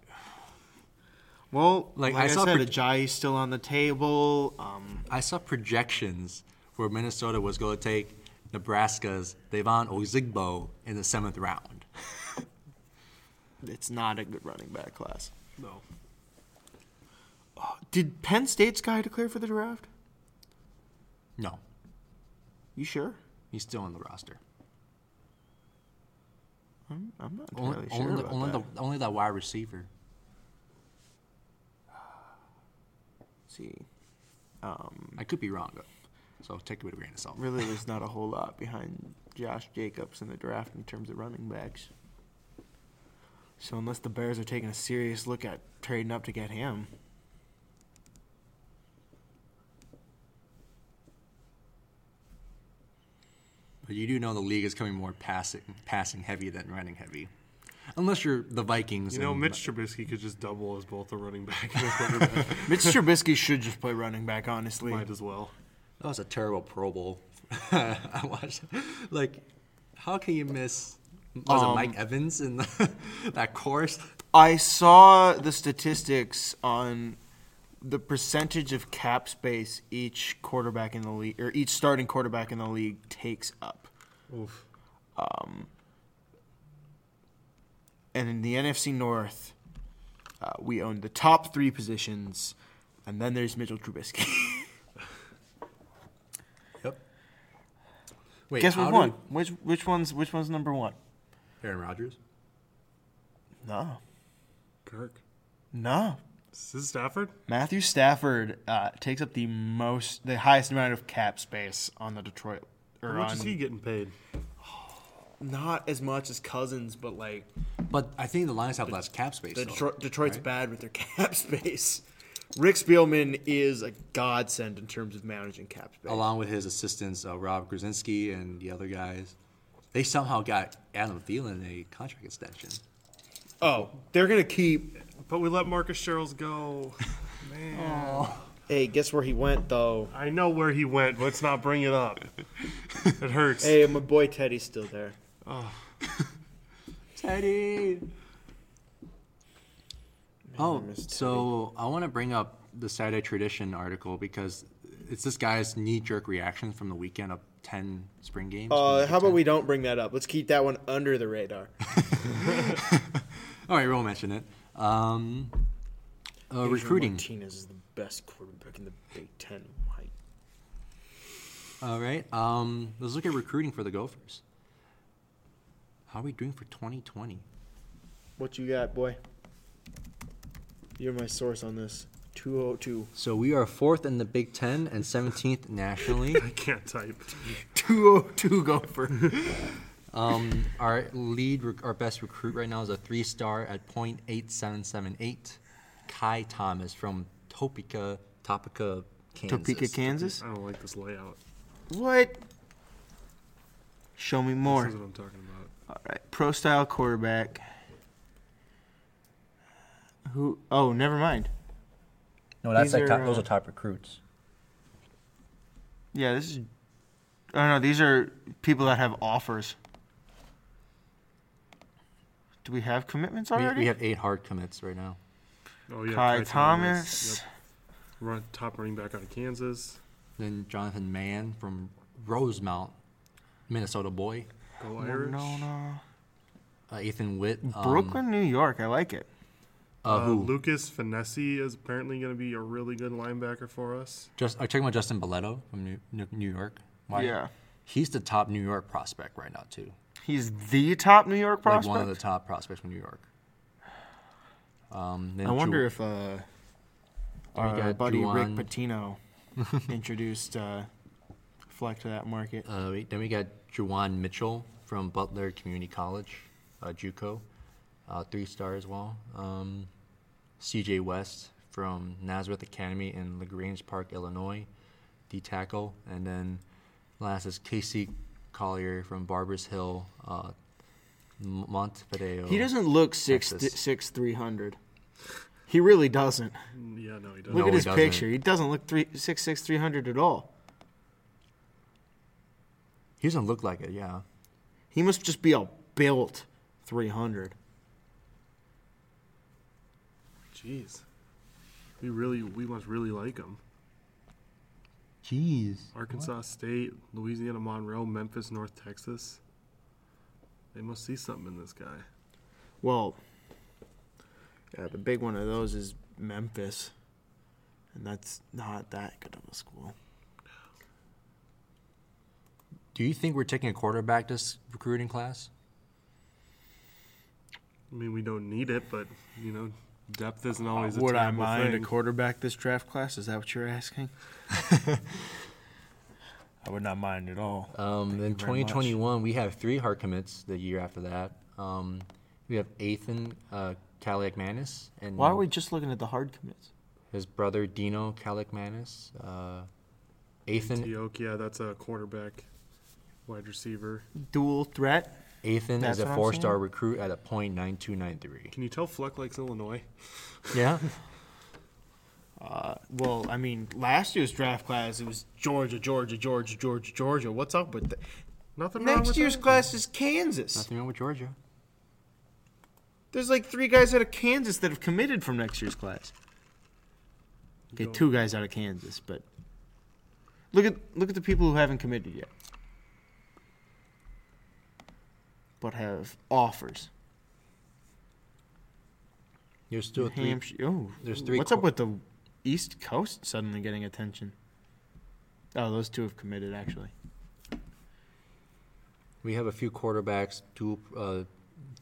Speaker 5: Well,
Speaker 2: Like,
Speaker 5: like,
Speaker 2: I
Speaker 5: I,
Speaker 2: saw
Speaker 5: said,
Speaker 2: pro-
Speaker 5: Ajayi's still on the table. Um,
Speaker 2: I saw projections where Minnesota was going to take Nebraska's Devon Ozigbo in the seventh round.
Speaker 5: it's not a good running back class.
Speaker 3: No.
Speaker 5: Did Penn State's guy declare for the draft?
Speaker 2: No,
Speaker 5: You sure?
Speaker 2: he's still on the roster.
Speaker 5: I'm not
Speaker 2: Only,
Speaker 5: entirely sure
Speaker 2: only, the,
Speaker 5: about
Speaker 2: only,
Speaker 5: that.
Speaker 2: the, only that wide receiver.
Speaker 5: See,
Speaker 2: I could be wrong, though. So take it with a grain of salt.
Speaker 5: really, there's not a whole lot behind Josh Jacobs in the draft in terms of running backs. So unless the Bears are taking a serious look at trading up to
Speaker 2: [LAUGHS]
Speaker 5: get him,
Speaker 2: But you do know the league is coming more passing, passing heavy than running heavy, unless you're the Vikings.
Speaker 3: You know,
Speaker 2: and-
Speaker 3: Mitch Trubisky could just double as both a running back and a quarterback.
Speaker 5: [LAUGHS] Mitch Trubisky should just play running back. Honestly,
Speaker 3: Might as well.
Speaker 2: That was a terrible Pro Bowl. [LAUGHS] I watched. Like, how can you miss? Was it Mike Evans in the, [LAUGHS] that course?
Speaker 5: I saw the statistics on the percentage of cap space each quarterback in the league or each starting quarterback in the league takes up. Um,
Speaker 3: Oof.
Speaker 5: And in the NFC North, uh, we own the top three positions, and then there's Mitchell Trubisky. [LAUGHS]
Speaker 2: Yep. Wait,
Speaker 5: Guess
Speaker 2: how
Speaker 5: which
Speaker 2: do-
Speaker 5: one? Which which one's which one's number one?
Speaker 2: Aaron Rodgers.
Speaker 5: No,
Speaker 3: Kirk.
Speaker 5: no.
Speaker 3: Is this Stafford?
Speaker 5: Matthew Stafford uh, takes up the most, the highest amount of cap space on the Detroit. Or
Speaker 3: How much
Speaker 5: on,
Speaker 3: is he getting paid?
Speaker 5: Not as much as Cousins, but like
Speaker 2: But I think the Lions have less cap space.
Speaker 5: The
Speaker 2: though.
Speaker 5: Detroit, Detroit's
Speaker 4: [LAUGHS]
Speaker 5: bad with their cap space. Rick Spielman is a godsend in terms of managing cap space.
Speaker 2: along with his assistants uh, Rob Krasinski and the other guys, they somehow got Adam Thielen a contract extension.
Speaker 5: Oh, they're gonna keep.
Speaker 3: But we let Marcus Sherrills go. Man.
Speaker 4: Hey, guess where he went though?
Speaker 3: I know where he went. Let's not bring it up. It hurts.
Speaker 4: Hey, my boy Teddy's still there.
Speaker 2: Teddy. Oh, so I want to bring up the Saturday Tradition article because it's this guy's knee-jerk reaction from the weekend of ten spring games.
Speaker 4: Uh, how about we don't bring that up? Let's keep that one under the radar.
Speaker 2: All right, we'll mention it. Um, uh,
Speaker 4: Adrian
Speaker 2: recruiting.
Speaker 4: Martinez is the best quarterback in the Big Ten. Why?
Speaker 2: All right. Um, let's look at recruiting for the Gophers. How are we doing for 2020?
Speaker 4: What you got, boy? You're my source on this. 202.
Speaker 2: So we are fourth in the Big Ten and 17th nationally.
Speaker 3: I can't type.
Speaker 5: 202 gopher.
Speaker 2: [LAUGHS] Um, our lead, rec- our best recruit right now is a three-star at .8778, Kai Thomas from Topeka, Topeka, Kansas.
Speaker 5: Topeka, Kansas.
Speaker 3: I don't like this layout.
Speaker 5: What? Show me
Speaker 3: This
Speaker 5: more.
Speaker 3: is what I'm talking about.
Speaker 5: All right, pro style quarterback. Who? Oh, never mind.
Speaker 2: No, that's
Speaker 5: These
Speaker 2: like
Speaker 5: are,
Speaker 2: top, those
Speaker 5: uh,
Speaker 2: are top recruits.
Speaker 5: Yeah, this is. I don't know. These are people that have offers. Do we have commitments
Speaker 2: We,
Speaker 5: already?
Speaker 2: we have eight hard commits right now.
Speaker 3: Oh yeah,
Speaker 5: Kai Thomas.
Speaker 3: Yep. Run, top running back out of Kansas.
Speaker 2: Then Jonathan Mann from Rosemount, Minnesota boy.
Speaker 3: Go Irish.
Speaker 5: No, no.
Speaker 2: Uh, Ethan Witt. um,
Speaker 5: Brooklyn, New York. I like it.
Speaker 2: Uh,
Speaker 3: Uh,
Speaker 2: who?
Speaker 3: Lucas Finesse is apparently going to be a really good linebacker for us.
Speaker 2: Just, are you talking about Justin Belletto from New, New- New York? Why-
Speaker 5: Yeah.
Speaker 2: He's the top New York prospect right now, too.
Speaker 5: He's the top New York prospect.
Speaker 2: Like one of the top prospects from New York. Um, then
Speaker 5: I wonder
Speaker 2: Ju-
Speaker 5: if uh,
Speaker 2: we
Speaker 5: our
Speaker 2: got
Speaker 5: buddy Rick
Speaker 2: Juwan. [LAUGHS]
Speaker 5: Patino introduced uh, Fleck to that market.
Speaker 2: Uh, we- then we got Juwan Mitchell from Butler Community College, uh, JUCO, uh, three star as well. Um, C.J. West from Nazareth Academy in Lagrange Park, Illinois, D tackle, and then last is Casey Collier from Barbers Hill, uh, M- Montevideo.
Speaker 5: He doesn't look six
Speaker 2: Texas.
Speaker 5: six three hundred. He really doesn't.
Speaker 3: Mm, Yeah, no, he doesn't.
Speaker 5: Look
Speaker 2: No,
Speaker 5: at
Speaker 2: he
Speaker 5: his
Speaker 2: doesn't.
Speaker 5: picture. He doesn't look three six six three hundred at all.
Speaker 2: He doesn't look like it. Yeah.
Speaker 5: He must just be a built three hundred.
Speaker 3: Jeez, we really, we must really like him.
Speaker 2: Jeez.
Speaker 3: Arkansas State, Louisiana Monroe, Memphis, North Texas. They must see something in this guy.
Speaker 5: Well, yeah, the big one of those is Memphis, and that's not that good of a school.
Speaker 2: Do you think we're taking a quarterback this recruiting class?
Speaker 3: I mean, we don't need it, but you know, depth isn't always. a
Speaker 5: Would I
Speaker 3: terrible
Speaker 5: mind
Speaker 3: thing.
Speaker 5: a quarterback this draft class? Is that what you're [LAUGHS] asking? I would not mind at all.
Speaker 2: Um, in
Speaker 5: very much.
Speaker 2: 2021, we have three hard commits the year after that. Um, we have Ethan uh, Manus and
Speaker 5: Why are we just looking at the hard commits?
Speaker 2: his brother Dino Calic Manus. Uh, Ethan,
Speaker 3: Teoke, yeah, that's a quarterback, wide receiver.
Speaker 5: Dual threat.
Speaker 2: Ethan is
Speaker 5: That's what
Speaker 2: a
Speaker 5: I'm
Speaker 2: four-star
Speaker 5: saying.
Speaker 2: recruit at a point nine two nine three.
Speaker 3: Can you tell Fleck likes Illinois?
Speaker 2: Yeah,
Speaker 5: Well, I mean, last year's draft class it was Georgia, Georgia, Georgia, Georgia, Georgia. What's up with that?
Speaker 3: Nothing wrong
Speaker 5: Next
Speaker 3: with
Speaker 5: year's
Speaker 3: that.
Speaker 5: class is
Speaker 2: [LAUGHS]
Speaker 5: Kansas.
Speaker 2: nothing wrong with Georgia.
Speaker 5: There's like three guys out of Kansas that have committed from next year's class. Okay, two guys out of Kansas, but look at look at the people who haven't committed yet, but have offers.
Speaker 2: There's still
Speaker 5: New
Speaker 2: three.
Speaker 5: Hampshire. Oh,
Speaker 2: there's three
Speaker 5: What's
Speaker 2: qu-
Speaker 5: up with the East Coast suddenly getting attention? Oh, those two have committed actually.
Speaker 2: We have a few quarterbacks, dual, uh,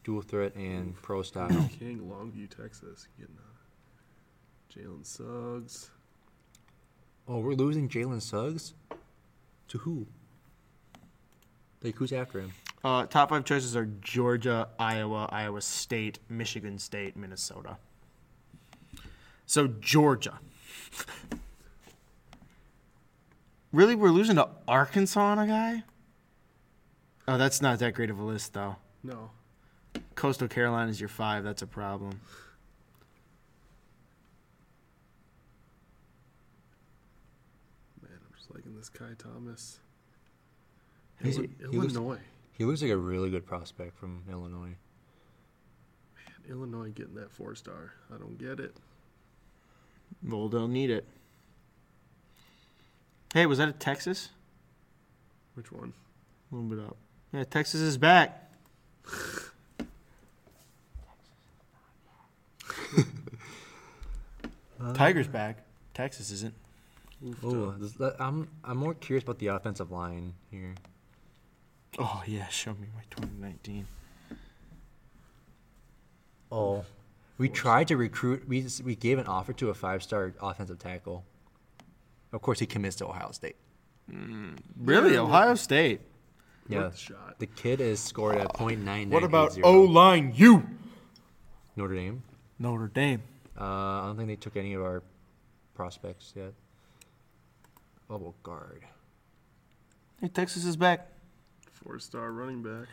Speaker 2: dual threat and pro style.
Speaker 3: King, Longview, Texas. Getting uh, Jalen Suggs.
Speaker 2: [CLEARS THROAT] oh, we're losing Jalen Suggs. To who? Like who's after him?
Speaker 5: Uh, top five choices are Georgia, Iowa, Iowa State, Michigan State, Minnesota. So Georgia. [LAUGHS] really, we're losing to Arkansas on a guy? Oh, that's not that great of a list, though.
Speaker 3: No.
Speaker 5: Coastal Carolina is your five. That's a problem.
Speaker 3: Man, I'm just liking this Kai Thomas.
Speaker 2: He's-
Speaker 3: Illi-
Speaker 2: he looks-
Speaker 3: Illinois.
Speaker 2: He looks like a really good prospect from Illinois.
Speaker 3: Illinois getting that four star. I don't get it.
Speaker 5: Well, they'll need it. Hey, was that a Texas?
Speaker 3: Which one?
Speaker 5: A little bit up. Yeah, Texas is back. [LAUGHS] Tiger's back. Texas isn't.
Speaker 2: Oh, this- that- I'm I'm more curious about the offensive line here.
Speaker 5: Oh yeah, show me my 2019.
Speaker 2: Oh, we tried to recruit. We s- we gave an offer to a five-star offensive tackle. Of course, he commits to Ohio State.
Speaker 5: Really, Ohio State.
Speaker 2: Yeah,
Speaker 3: Worth a shot.
Speaker 2: the kid is scored at point nine.
Speaker 5: What about O line? You
Speaker 2: Notre Dame?
Speaker 5: Notre Dame.
Speaker 2: Uh, I don't think they took any of our prospects yet. Bubble guard.
Speaker 5: Hey, Texas is back.
Speaker 3: Four star running back.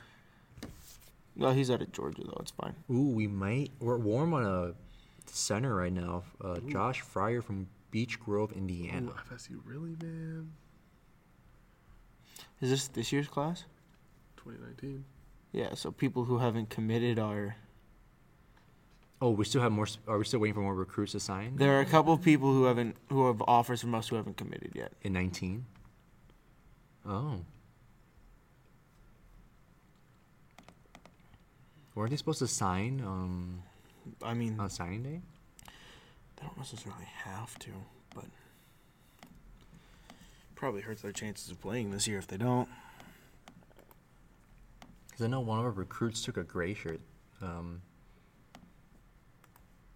Speaker 5: Well, he's out of Georgia though. It's fine.
Speaker 2: Ooh, we might. We're warm on a center right now. Uh, Josh Fryer from Beach Grove, Indiana.
Speaker 3: Ooh, FSU, really, man?
Speaker 5: Is this this year's class?
Speaker 3: 2019.
Speaker 5: Yeah. So people who haven't committed are
Speaker 2: Oh, we still have more. s- Are we still waiting for more recruits to sign
Speaker 5: there are a couple of people who haven't who have offers from us who haven't committed yet.
Speaker 2: in 19? Oh. Weren't they supposed to sign um,
Speaker 5: I mean,
Speaker 2: on signing day?
Speaker 5: they don't necessarily have to, but probably hurts their chances of playing this year if they don't.
Speaker 2: Because I know one of our recruits took a gray shirt um,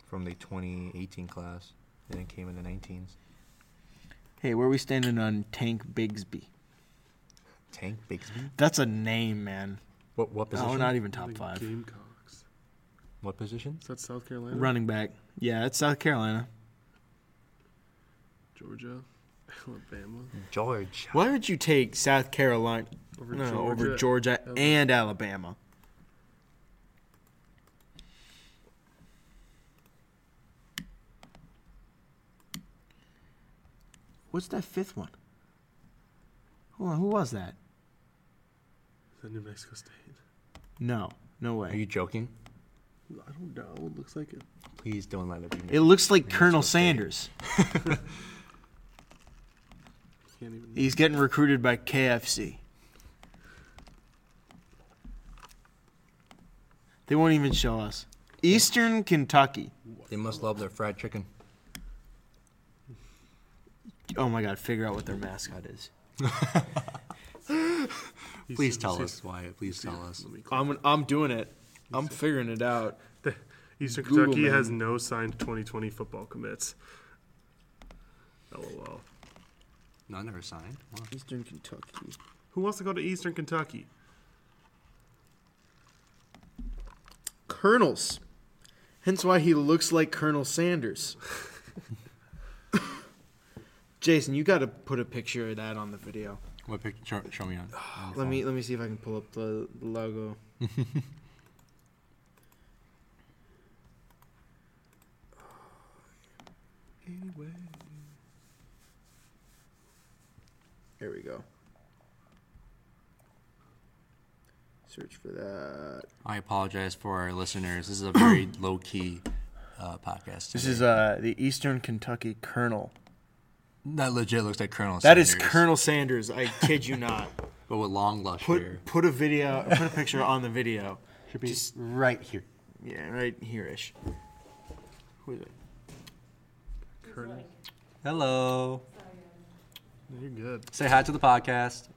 Speaker 2: from the 2018 class and it came in the 19s.
Speaker 5: Hey, where are we standing on Tank Bigsby?
Speaker 2: Tank Bigsby?
Speaker 5: That's a name, man.
Speaker 2: What, what position?
Speaker 5: Oh, not e- even
Speaker 3: The
Speaker 5: top five.
Speaker 3: Gamecocks.
Speaker 2: What position?
Speaker 3: Is that South Carolina?
Speaker 5: Running back. Yeah, it's South Carolina.
Speaker 3: Georgia. [LAUGHS] Alabama.
Speaker 2: George.
Speaker 5: Why would you take South Carolina
Speaker 3: Over
Speaker 5: no,
Speaker 3: Georgia.
Speaker 5: over Georgia
Speaker 3: Alabama.
Speaker 5: and Alabama? What's that fifth one? Hold on, who was that?
Speaker 3: Is that New Mexico State?
Speaker 5: No, no
Speaker 2: Are
Speaker 5: way.
Speaker 2: you joking?
Speaker 3: I don't know. It looks like it.
Speaker 2: Please don't let it be. me.
Speaker 5: It looks like Colonel
Speaker 2: State.
Speaker 5: Sanders.
Speaker 3: Can't even.
Speaker 5: He's getting recruited by KFC. They won't even show us. Eastern Kentucky.
Speaker 2: They must love their fried chicken.
Speaker 5: Oh my God, figure out what their mascot is.
Speaker 3: He's-
Speaker 2: Please tell
Speaker 3: he's-
Speaker 2: us, Wyatt. Please tell us.
Speaker 3: Let me click.
Speaker 4: I'm I'm doing it. I'm figuring it out.
Speaker 3: Eastern
Speaker 4: Google,
Speaker 3: Kentucky
Speaker 4: man.
Speaker 3: has no signed 2020 football commits. LOL.
Speaker 2: None ever signed. Wow.
Speaker 4: Eastern Kentucky.
Speaker 3: Who wants to go to Eastern Kentucky?
Speaker 4: Colonels. Hence why he looks like Colonel [LAUGHS] Sanders. Jason, you got to put a picture of that on the video.
Speaker 2: What picture? Show, show me on. on your
Speaker 4: Let
Speaker 2: phone.
Speaker 4: me let me see if I can pull up the the
Speaker 5: [LAUGHS]
Speaker 4: logo.
Speaker 3: Anyway.
Speaker 4: Here we go. Search for that.
Speaker 2: I apologize for our listeners. This is a [CLEARS THROAT] very low key uh, podcast.
Speaker 5: This
Speaker 2: today.
Speaker 5: is uh, the Eastern Kentucky Colonel.
Speaker 2: that legit looks like Colonel.
Speaker 5: That is
Speaker 2: Sanders,
Speaker 5: Colonel Sanders. I kid
Speaker 4: [LAUGHS]
Speaker 5: you not.
Speaker 2: but with long lush hair.
Speaker 5: Put put a video, put a picture on the video.
Speaker 2: Should be right here.
Speaker 5: Yeah, right here ish. Who is it?
Speaker 3: Colonel.
Speaker 2: Hello.
Speaker 3: You're good.
Speaker 2: Say hi to the podcast.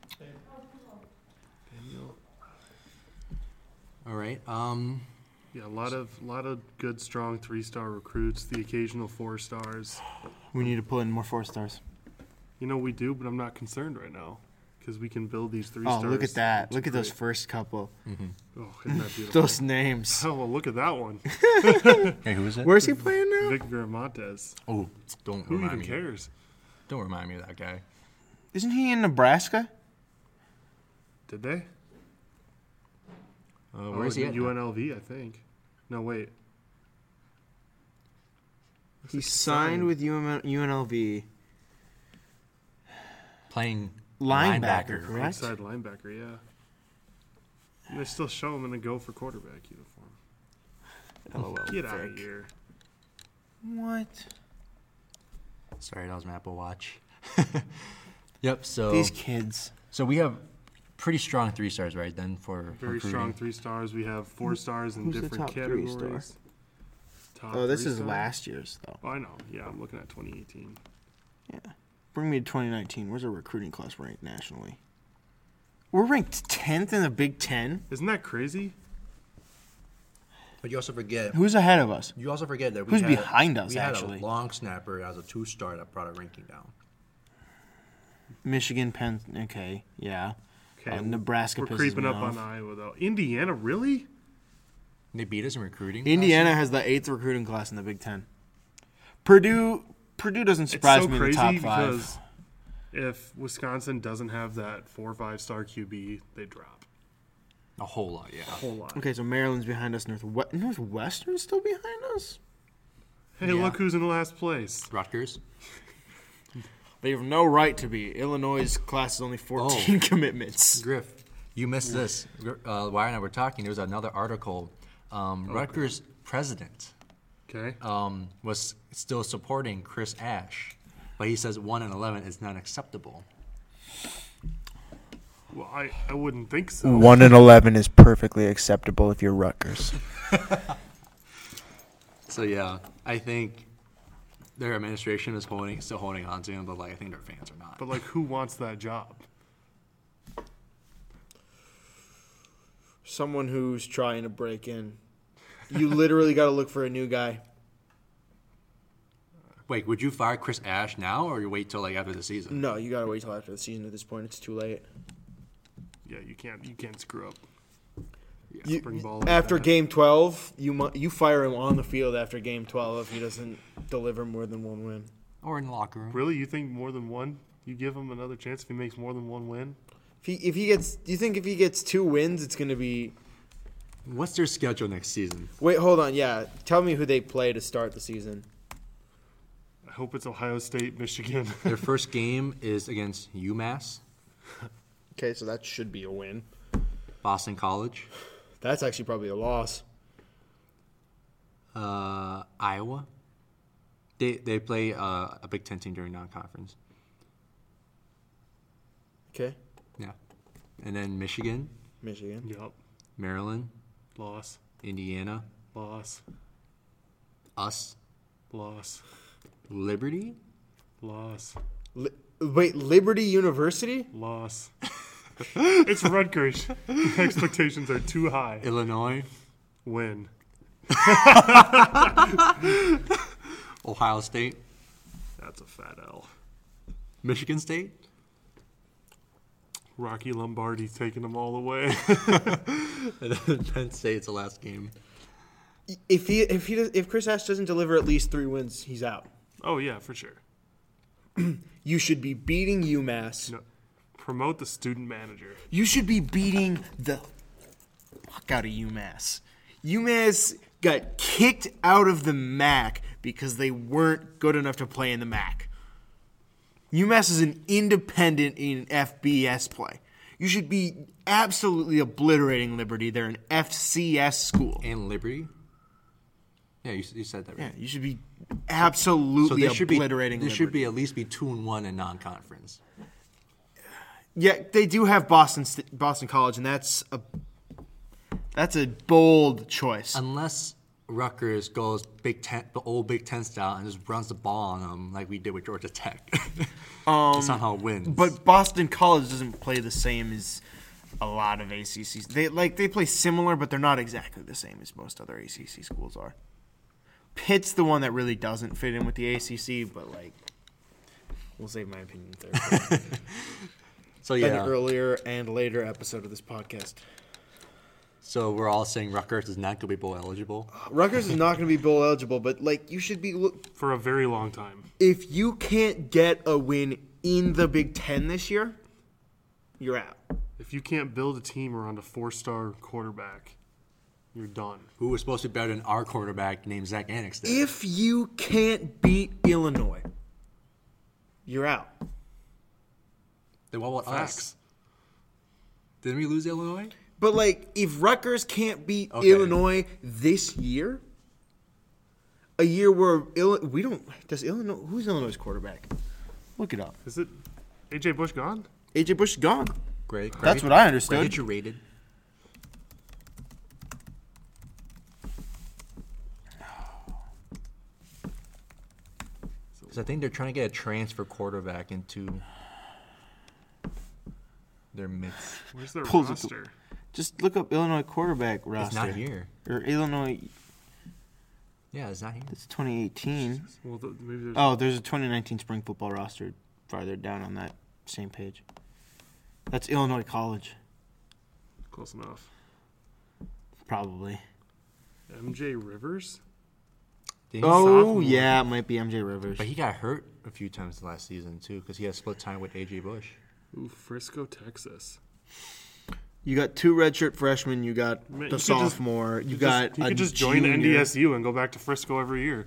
Speaker 3: Daniel.
Speaker 2: All right. Um,
Speaker 3: Yeah, a lot of lot of good, strong three star recruits. The occasional four stars.
Speaker 5: We need to pull in more four stars.
Speaker 3: You know we do, but I'm not concerned right now because we can build these three
Speaker 5: Oh,
Speaker 3: stars.
Speaker 5: look at that!
Speaker 3: into
Speaker 5: Look at those
Speaker 3: great-
Speaker 5: first couple.
Speaker 3: Oh, isn't that beautiful?
Speaker 5: Those names.
Speaker 3: [LAUGHS] Oh, well, look at that one.
Speaker 2: okay, who is it?
Speaker 5: [LAUGHS] Where's he playing now?
Speaker 3: Vic Viramontes.
Speaker 2: Oh, don't
Speaker 3: Who
Speaker 2: remind
Speaker 3: even
Speaker 2: me.
Speaker 3: cares?
Speaker 2: Don't remind me of that guy.
Speaker 5: Isn't he in Nebraska?
Speaker 3: Did they? Oh,
Speaker 2: Uh, where is he at? now?
Speaker 3: UNLV, I think. No, wait.
Speaker 5: He signed with UM- UNLV.
Speaker 2: Playing
Speaker 5: Linebacker, correct?
Speaker 3: Right side linebacker, yeah. And they still show him in a go for quarterback uniform.
Speaker 5: LOL.
Speaker 3: Get out of
Speaker 5: Vic.
Speaker 3: here.
Speaker 5: What?
Speaker 2: Sorry, that was my Apple Watch. [LAUGHS] yep. So
Speaker 5: These kids.
Speaker 2: so we have pretty strong three stars right then for
Speaker 3: Very
Speaker 2: recruiting.
Speaker 3: strong three stars. We have four stars in
Speaker 5: who's the
Speaker 3: different
Speaker 5: top three star?
Speaker 3: categories. Top
Speaker 5: Oh, this
Speaker 3: three
Speaker 5: is
Speaker 3: star?
Speaker 5: last year's though.
Speaker 3: Oh, I know. Yeah, I'm looking at 2018.
Speaker 5: Bring me to 2019. Where's our recruiting class ranked nationally? We're ranked 10th in the Big Ten.
Speaker 3: Isn't that crazy?
Speaker 2: But you also forget
Speaker 5: Who's ahead of us?
Speaker 2: You also forget that we
Speaker 5: Who's
Speaker 2: had
Speaker 5: behind
Speaker 2: a,
Speaker 5: us,
Speaker 2: We had
Speaker 5: actually?
Speaker 2: a long snapper as a two-star that brought our ranking down.
Speaker 5: Michigan, Penn. Okay, yeah.
Speaker 3: Okay,
Speaker 5: Uh, Nebraska.
Speaker 3: We're
Speaker 5: pisses
Speaker 3: creeping
Speaker 5: me
Speaker 3: up on
Speaker 5: off.
Speaker 3: uh, Iowa, though. Indiana, really?
Speaker 2: They beat us in recruiting.
Speaker 5: Indiana has the eighth recruiting class in the Big Ten. Purdue. Purdue doesn't
Speaker 3: It's
Speaker 5: surprise
Speaker 3: so
Speaker 5: me in the
Speaker 3: crazy
Speaker 5: top five.
Speaker 3: because if Wisconsin doesn't have that four or five star QB, they drop
Speaker 2: A whole lot, yeah.
Speaker 3: a whole lot.
Speaker 5: Okay, so Maryland's behind us. Northwest, Northwestern's still behind us.
Speaker 3: Hey, look who's in last place.
Speaker 2: Rutgers.
Speaker 5: They have no right to be. Illinois' class is only 14
Speaker 4: Oh.
Speaker 5: [LAUGHS] commitments.
Speaker 2: Griff, you missed this. Uh, Wire and I were talking. There was another article. Um, Rutgers president
Speaker 3: Okay.
Speaker 5: Oh.
Speaker 2: um, was still supporting Chris Ash, but he says one and eleven is not acceptable.
Speaker 3: Well, I, I wouldn't think so.
Speaker 7: One and eleven is perfectly acceptable if you're Rutgers.
Speaker 2: So yeah, I think their administration is holding still holding on to him, but like I think their fans are not.
Speaker 3: But like, who wants that job?
Speaker 4: Someone who's trying to break in. You literally got to look for a new guy.
Speaker 2: Wait, would you fire Chris Ash now, or you wait till like after the season?
Speaker 4: No, you got to wait till after the season at this point. It's too late.
Speaker 3: Yeah, you can't you can't screw up.
Speaker 4: You-
Speaker 3: spring ball like
Speaker 4: after
Speaker 3: that.
Speaker 4: game 12, you mu- you fire him on the field after game 12 if he doesn't deliver more than one win.
Speaker 2: Or in the locker room?
Speaker 3: Really, you think more than one? You give him another chance if he makes more than one win.
Speaker 4: If he if he gets do you think if he gets two wins it's going to be
Speaker 2: What's their schedule next season?
Speaker 4: Wait, hold on. Yeah, tell me who they play to start the season.
Speaker 3: I hope it's Ohio State, Michigan. [LAUGHS]
Speaker 2: Their first game is against UMass,
Speaker 4: Okay, so that should be a win.
Speaker 2: Boston College,
Speaker 4: That's actually probably a loss.
Speaker 2: uh, Iowa. They they play uh, a Big Ten team during non-conference.
Speaker 4: Okay,
Speaker 2: Yeah, and then Michigan,
Speaker 4: Michigan.
Speaker 3: yep,
Speaker 2: Maryland,
Speaker 3: loss,
Speaker 2: Indiana,
Speaker 3: loss,
Speaker 2: us,
Speaker 3: loss,
Speaker 2: Liberty.
Speaker 3: loss,
Speaker 4: Li- wait, Liberty University?
Speaker 3: loss. [LAUGHS] it's Rutgers. [LAUGHS] Expectations are too high.
Speaker 2: Illinois,
Speaker 3: Win.
Speaker 2: Ohio State,
Speaker 3: That's a fat L.
Speaker 2: Michigan State.
Speaker 3: Rocky Lombardi's taking them all away. [LAUGHS]
Speaker 2: And then [LAUGHS] Penn State's the last game.
Speaker 4: If he if he does, if Chris Ash doesn't deliver at least three wins, he's out.
Speaker 3: oh yeah, for sure.
Speaker 4: You should be beating UMass.
Speaker 3: No, promote the student manager.
Speaker 5: You should be beating the fuck out of UMass. UMass got kicked out of the MAC because they weren't good enough to play in the MAC. UMass is an independent in FBS play. You should be absolutely obliterating Liberty. They're an FCS school.
Speaker 2: And Liberty. Yeah, you, you said that
Speaker 5: Yeah,
Speaker 2: right.
Speaker 5: you should be absolutely
Speaker 2: they should be.
Speaker 5: obliterating
Speaker 2: They
Speaker 5: Liberty.
Speaker 2: should be at least be two and one in non-conference.
Speaker 5: Yeah, they do have Boston St- Boston College, and that's a that's a bold choice.
Speaker 2: Unless Rutgers goes Big Ten, the old Big Ten style, and just runs the ball on them like we did with Georgia Tech. [LAUGHS] um, somehow wins.
Speaker 5: But Boston College doesn't play the same as a lot of ACCs. They like they play similar, but they're not exactly the same as most other ACC schools are. Pitt's the one that really doesn't fit in with the ACC, but like
Speaker 4: We'll save my opinion there.
Speaker 2: so
Speaker 4: An
Speaker 2: yeah.
Speaker 4: earlier and later episode of this podcast.
Speaker 2: So we're all saying Rutgers is not going to be bowl eligible.
Speaker 4: Rutgers is not going to be bowl eligible, but like you should be look
Speaker 3: For a very long time.
Speaker 4: if you can't get a win in the Big 10 this year, you're out.
Speaker 3: If you can't build a team around a four star quarterback, you're done.
Speaker 2: Who was supposed to be better than our quarterback named Zach Anixter?
Speaker 4: If you can't beat Illinois, you're out.
Speaker 2: then what about us?
Speaker 3: Facts.
Speaker 2: Didn't we lose Illinois?
Speaker 4: But like, if Rutgers can't beat
Speaker 2: Okay.
Speaker 4: Illinois this year, a year where Ill- we don't does Illinois who's Illinois quarterback?
Speaker 5: look it up.
Speaker 3: Is it AJ Bush gone?
Speaker 5: AJ Bush is gone.
Speaker 2: Great.
Speaker 5: That's what I understood.
Speaker 2: rated. So I think they're trying to get a transfer quarterback into their midst.
Speaker 3: Where's their
Speaker 5: Pulls it-
Speaker 3: roster?
Speaker 5: Just look up Illinois quarterback roster.
Speaker 2: It's not here.
Speaker 5: Or Illinois.
Speaker 2: Yeah, it's not here.
Speaker 5: It's 2018.
Speaker 3: Well, th- maybe there's.
Speaker 5: Oh, there's a 2019 spring football roster farther down on that same page. That's Illinois College,
Speaker 3: Close enough.
Speaker 5: probably.
Speaker 3: MJ Rivers?
Speaker 2: Didn't he-
Speaker 5: Oh
Speaker 3: sophomore.
Speaker 5: yeah, it might be MJ Rivers.
Speaker 2: but he got hurt a few times last season too, because he has split time with AJ Bush.
Speaker 3: Ooh, Frisco, Texas.
Speaker 5: You got two redshirt freshmen. You got
Speaker 3: Man, you
Speaker 5: the
Speaker 3: could just-
Speaker 5: sophomore. you got.
Speaker 3: just, you
Speaker 5: a
Speaker 3: could just join
Speaker 5: junior.
Speaker 3: NDSU and go back to Frisco every year.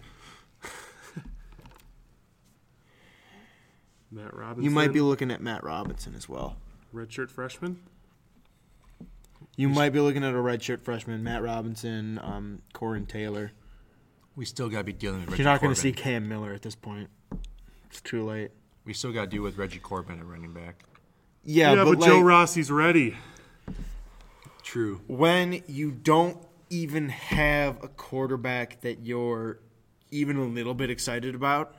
Speaker 3: [LAUGHS] Matt Robinson.
Speaker 5: You might be looking at Matt Robinson as well.
Speaker 3: redshirt freshman.
Speaker 5: You might be looking at a redshirt freshman, Matt Robinson, um, Corin Taylor.
Speaker 2: We still got to be dealing with. Reggie
Speaker 5: You're not going
Speaker 2: Corbin.
Speaker 5: to see Cam Miller at this point. It's too late.
Speaker 2: We still got to deal with Reggie Corbin at running back.
Speaker 5: Yeah,
Speaker 3: Yeah,
Speaker 5: but,
Speaker 3: but, Joe
Speaker 5: like,
Speaker 3: Rossi's ready.
Speaker 2: True.
Speaker 5: when you don't even have a quarterback that you're even a little bit excited about.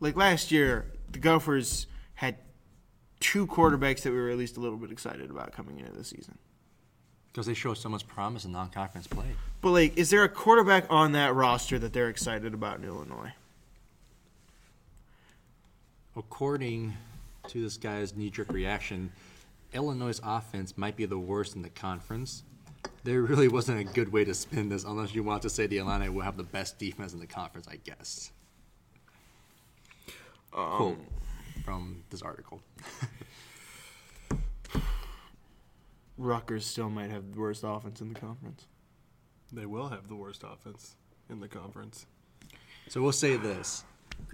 Speaker 5: Like last year, the Gophers had two quarterbacks that we were at least a little bit excited about coming into the season.
Speaker 2: Because they show someone's promise in non-conference play.
Speaker 5: But like, is there a quarterback on that roster that they're excited about in Illinois?
Speaker 2: According to this guy's knee-jerk reaction, Illinois' offense might be the worst in the conference. There really wasn't a good way to spin this, unless you want to say the Illini will have the best defense in the conference. I guess. Quote from this article.
Speaker 5: Rutgers still might have the worst offense in the conference.
Speaker 3: They will have the worst offense in the conference.
Speaker 2: So we'll say this: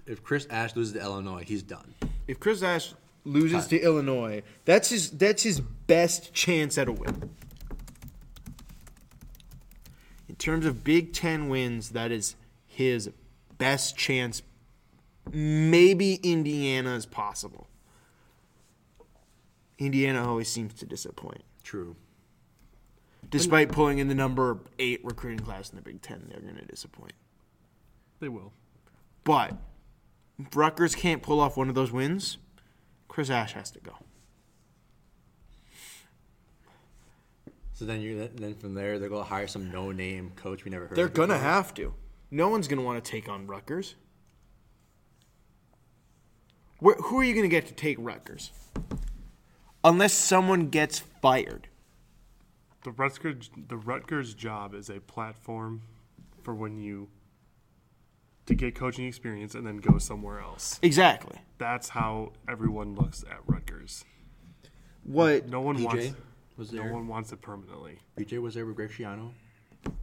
Speaker 2: if Chris Ash loses to Illinois, he's done.
Speaker 5: If Chris Ash loses to Illinois, that's his that's his best chance at a win. In terms of Big Ten wins, that is his best chance. Maybe Indiana is possible. Indiana always seems to disappoint.
Speaker 2: True.
Speaker 5: Despite pulling in the number eight recruiting class in the Big Ten, they're going to disappoint.
Speaker 3: They will.
Speaker 5: But if Rutgers can't pull off one of those wins, Chris Ash has to go.
Speaker 2: So then you then from there they're gonna hire some no-name coach we never heard.
Speaker 5: They're
Speaker 2: of
Speaker 5: gonna
Speaker 2: before.
Speaker 5: have to. No one's gonna want to take on Rutgers. Where, who are you gonna get to take Rutgers? Unless someone gets fired.
Speaker 3: The Rutgers, the Rutgers job is a platform for when you to get coaching experience and then go somewhere else.
Speaker 5: Exactly.
Speaker 3: That's how everyone looks at Rutgers.
Speaker 5: What?
Speaker 3: No one
Speaker 2: PJ
Speaker 3: wants.
Speaker 2: was
Speaker 3: No
Speaker 2: there.
Speaker 3: one wants it permanently.
Speaker 2: PJ was there with Graciano.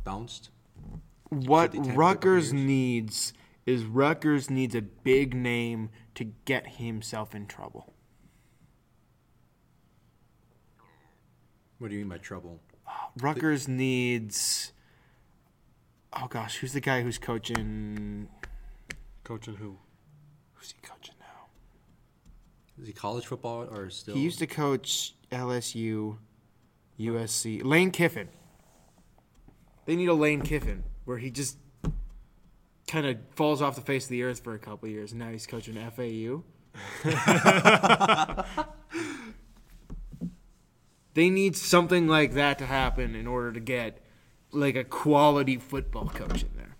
Speaker 2: Bounced.
Speaker 5: What
Speaker 2: Should they take
Speaker 5: Rutgers
Speaker 2: Rutgers?
Speaker 5: needs is Rutgers needs a big name to get himself in trouble.
Speaker 2: What do you mean by trouble?
Speaker 5: Rutgers needs. Oh gosh, who's the guy who's coaching?
Speaker 3: Coaching who?
Speaker 5: Who's he coaching now?
Speaker 2: Is he college football or still?
Speaker 5: He used to coach LSU, USC. Lane Kiffin. They need a Lane Kiffin where he just kind of falls off the face of the earth for a couple years, and now he's coaching FAU. [LAUGHS] they need something like that to happen in order to get like a quality football coach in there.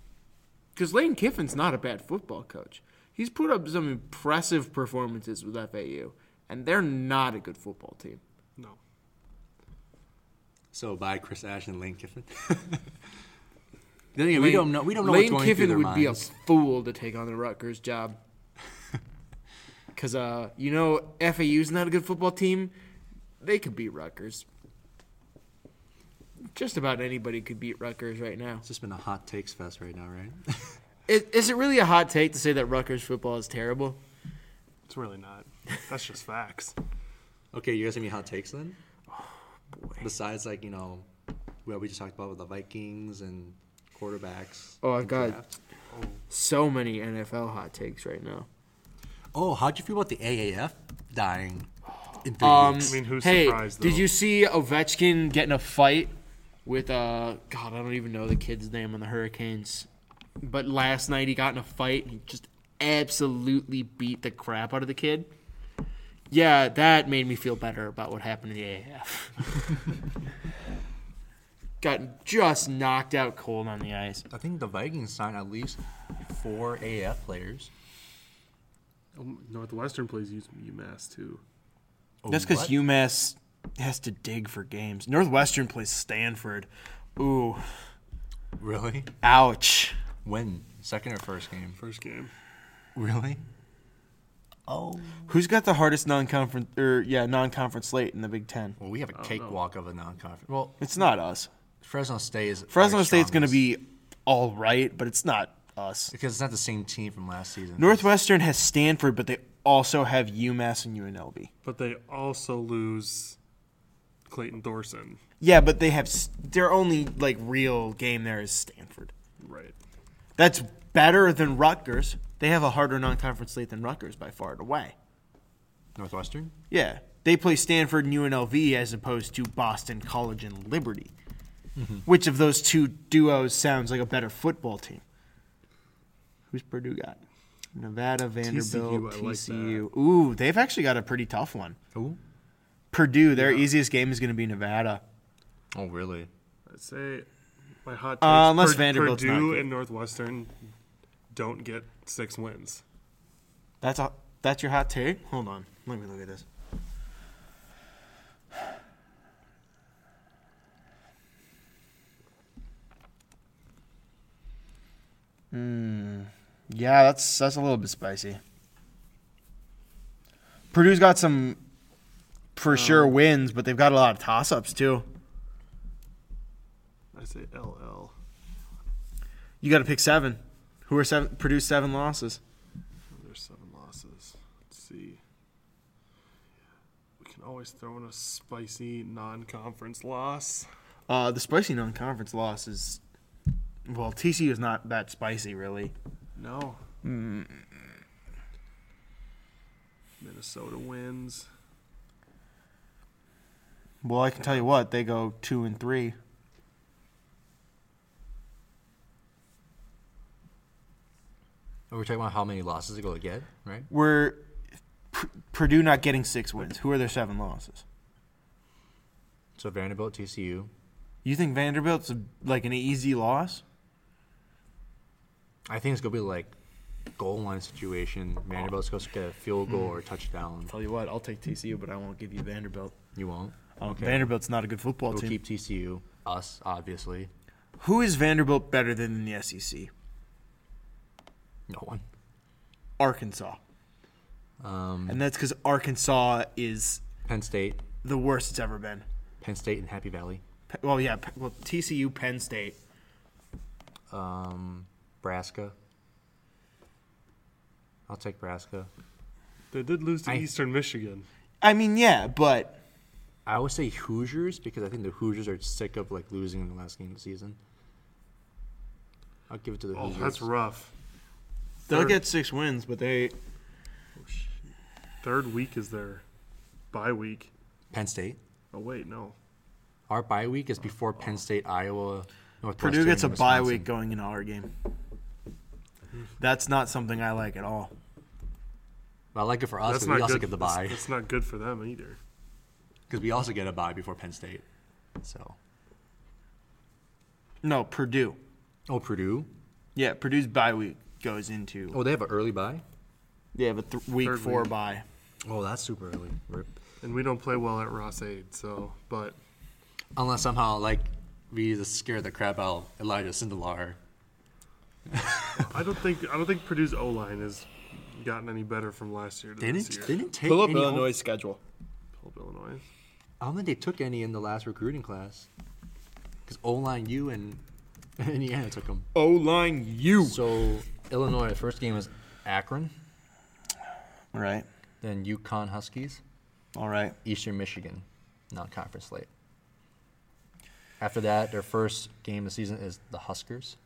Speaker 5: Because Lane Kiffin's not a bad football coach. He's put up some impressive performances with FAU, and they're not a good football team.
Speaker 3: No.
Speaker 2: so by Chris Ash and Lane Kiffin. then again, we
Speaker 5: [LAUGHS] Lane-
Speaker 2: don't know. We don't know
Speaker 5: Lane
Speaker 2: what's going
Speaker 5: Kiffin
Speaker 2: through their
Speaker 5: would be a
Speaker 2: minds.
Speaker 5: fool to take on the
Speaker 2: [LAUGHS]
Speaker 5: Rutgers job. Because, uh, you know, FAU's not a good football team. They could beat Rutgers. Just about anybody could beat Rutgers right now.
Speaker 2: It's just been a hot takes fest right now, right? [LAUGHS]
Speaker 5: Is, is it really a hot take to say that Rutgers football is terrible?
Speaker 3: It's really not. That's just facts.
Speaker 2: okay, you guys have any hot takes
Speaker 5: [SIGHS]
Speaker 2: then? Besides, like you know, what we just talked about with the Vikings and quarterbacks.
Speaker 5: Oh, I've got
Speaker 2: draft.
Speaker 5: so many NFL hot takes right now.
Speaker 2: Oh, how'd you feel about the AAF dying in three
Speaker 5: Um,
Speaker 2: weeks?
Speaker 3: I mean, who's
Speaker 5: hey,
Speaker 3: surprised,
Speaker 5: did
Speaker 3: though?
Speaker 5: you see Ovechkin getting a fight with uh God? I don't even know the kid's name on the Hurricanes, but last night he got in a fight. and He just absolutely beat the crap out of the kid. Yeah, that made me feel better about what happened in the AAF. [LAUGHS] got just knocked out cold on the ice.
Speaker 2: I think the Vikings signed at least four AAF players.
Speaker 3: Um, Northwestern plays U- UMass too.
Speaker 5: That's because
Speaker 2: What?
Speaker 5: UMass has to dig for games. Northwestern plays Stanford. Ooh,
Speaker 2: really
Speaker 5: ouch.
Speaker 2: when second or first game.
Speaker 3: First game.
Speaker 2: Really?
Speaker 5: Who's got the hardest non-conference or yeah non-conference slate in the Big Ten?
Speaker 2: Well, we have a cakewalk of a non-conference. Well,
Speaker 5: It's not us.
Speaker 2: Fresno State is
Speaker 5: Fresno
Speaker 2: our
Speaker 5: State's going to
Speaker 2: strongest,
Speaker 5: be all right, but it's not us.
Speaker 2: because it's not the same team from last season.
Speaker 5: Northwestern has Stanford, but they also have UMass and UNLV.
Speaker 3: But they also lose Clayton Thorson.
Speaker 5: Yeah, but they have s- their only like real game there is Stanford.
Speaker 3: Right.
Speaker 5: That's better than Rutgers. They have a harder non-conference slate than Rutgers by far and away.
Speaker 2: Northwestern.
Speaker 5: Yeah, they play Stanford and UNLV as opposed to Boston College and Liberty.
Speaker 3: Mm-hmm.
Speaker 5: Which of those two duos sounds like a better football team? Who's Purdue got? Nevada, Vanderbilt,
Speaker 3: I
Speaker 5: TCU.
Speaker 3: like
Speaker 5: Ooh, they've actually got a pretty tough one.
Speaker 2: Who?
Speaker 5: Purdue, their easiest game is going to be Nevada.
Speaker 2: Oh, really?
Speaker 3: I'd say my hot
Speaker 5: Uh,
Speaker 3: takes.
Speaker 5: unless
Speaker 3: Pur-
Speaker 5: Vanderbilt's not
Speaker 3: Purdue
Speaker 5: good.
Speaker 3: and Northwestern don't get six wins.
Speaker 5: That's a, that's your hot take. Hold on, let me look at this. Mm, yeah, that's that's a little bit spicy. Purdue's got some for sure wins, but they've got a lot of toss ups too.
Speaker 3: I say LL.
Speaker 5: You got to pick seven. Who are seven? Purdue's seven losses.
Speaker 3: Oh, There's seven losses. Let's see. We can always throw in a spicy non-conference loss.
Speaker 5: Uh, the spicy non-conference loss is well, TCU is not that spicy really.
Speaker 3: No.
Speaker 2: Hmm.
Speaker 3: Minnesota wins.
Speaker 5: Well, I can tell you what, they go two and three.
Speaker 2: Oh, we're talking about how many losses they go to get, right?
Speaker 5: We're P- Purdue not getting six wins. Who are their seven losses?
Speaker 2: So Vanderbilt, TCU.
Speaker 5: You think Vanderbilt's like an easy loss?
Speaker 2: I think it's gonna be like goal line situation. Vanderbilt's supposed to get a field
Speaker 5: Hmm.
Speaker 2: goal or a touchdown.
Speaker 5: Tell you what, I'll take TCU, but I won't give you Vanderbilt.
Speaker 2: You won't.
Speaker 5: Oh, Vanderbilt's not a good football
Speaker 2: We'll
Speaker 5: team.
Speaker 2: keep TCU. Us, obviously.
Speaker 5: Who is Vanderbilt better than in the E SEC?
Speaker 2: No one.
Speaker 5: Arkansas. and that's because Arkansas is
Speaker 2: Penn State.
Speaker 5: the worst it's ever been.
Speaker 2: Penn State and Happy Valley.
Speaker 5: Pe- Well, yeah. Pe- Well, TCU, Penn State.
Speaker 2: Nebraska. I'll take Nebraska.
Speaker 3: They did lose to
Speaker 2: I-
Speaker 3: Eastern Michigan.
Speaker 5: I mean, yeah, but
Speaker 2: I always say Hoosiers because I think the Hoosiers are sick of like losing in the last game of the season. I'll give it to the
Speaker 3: Oh,
Speaker 2: Hoosiers.
Speaker 3: that's rough.
Speaker 5: they'll
Speaker 3: Third.
Speaker 5: get six wins, but they
Speaker 3: Third week is their bye week.
Speaker 2: Penn State.
Speaker 3: Oh wait, no.
Speaker 2: Our bye week is before Penn State, Iowa, Northwestern.
Speaker 5: Purdue gets a
Speaker 2: and
Speaker 5: bye
Speaker 2: Wisconsin.
Speaker 5: week going into our game. That's not something I like at all.
Speaker 2: But I like it for us
Speaker 3: That's
Speaker 2: because we
Speaker 3: not
Speaker 2: also
Speaker 3: good.
Speaker 2: get the
Speaker 3: that's-
Speaker 2: [LAUGHS] bye
Speaker 3: That's not good for them either.
Speaker 2: because we also get a bye before Penn State. So,
Speaker 5: No, Purdue.
Speaker 2: oh Purdue.
Speaker 5: Yeah, Purdue's bye week goes into
Speaker 2: Oh, they have an early bye.
Speaker 5: they have a th- week
Speaker 3: Third
Speaker 5: four
Speaker 3: week.
Speaker 5: bye.
Speaker 2: Oh, that's super early. Rip.
Speaker 3: And we don't play well at Ross Aid, so but
Speaker 2: Unless somehow like we just scare the crap out of Elijah Sindelar.
Speaker 3: I don't think I don't think Purdue's O line has gotten any better from last year to
Speaker 2: They
Speaker 3: this
Speaker 2: didn't.
Speaker 3: year.
Speaker 2: They didn't take
Speaker 4: Pull up
Speaker 2: any.
Speaker 4: Illinois' schedule.
Speaker 3: Pull up Illinois.
Speaker 2: I don't think they took any in the last recruiting class. Because O line U and [LAUGHS] Indiana took them.
Speaker 4: O line U.
Speaker 2: So Illinois, first game is Akron,
Speaker 5: All right.
Speaker 2: then Yukon Huskies,
Speaker 5: All right.
Speaker 2: Eastern Michigan, non-conference slate. After that, their first game of the season is the Huskers,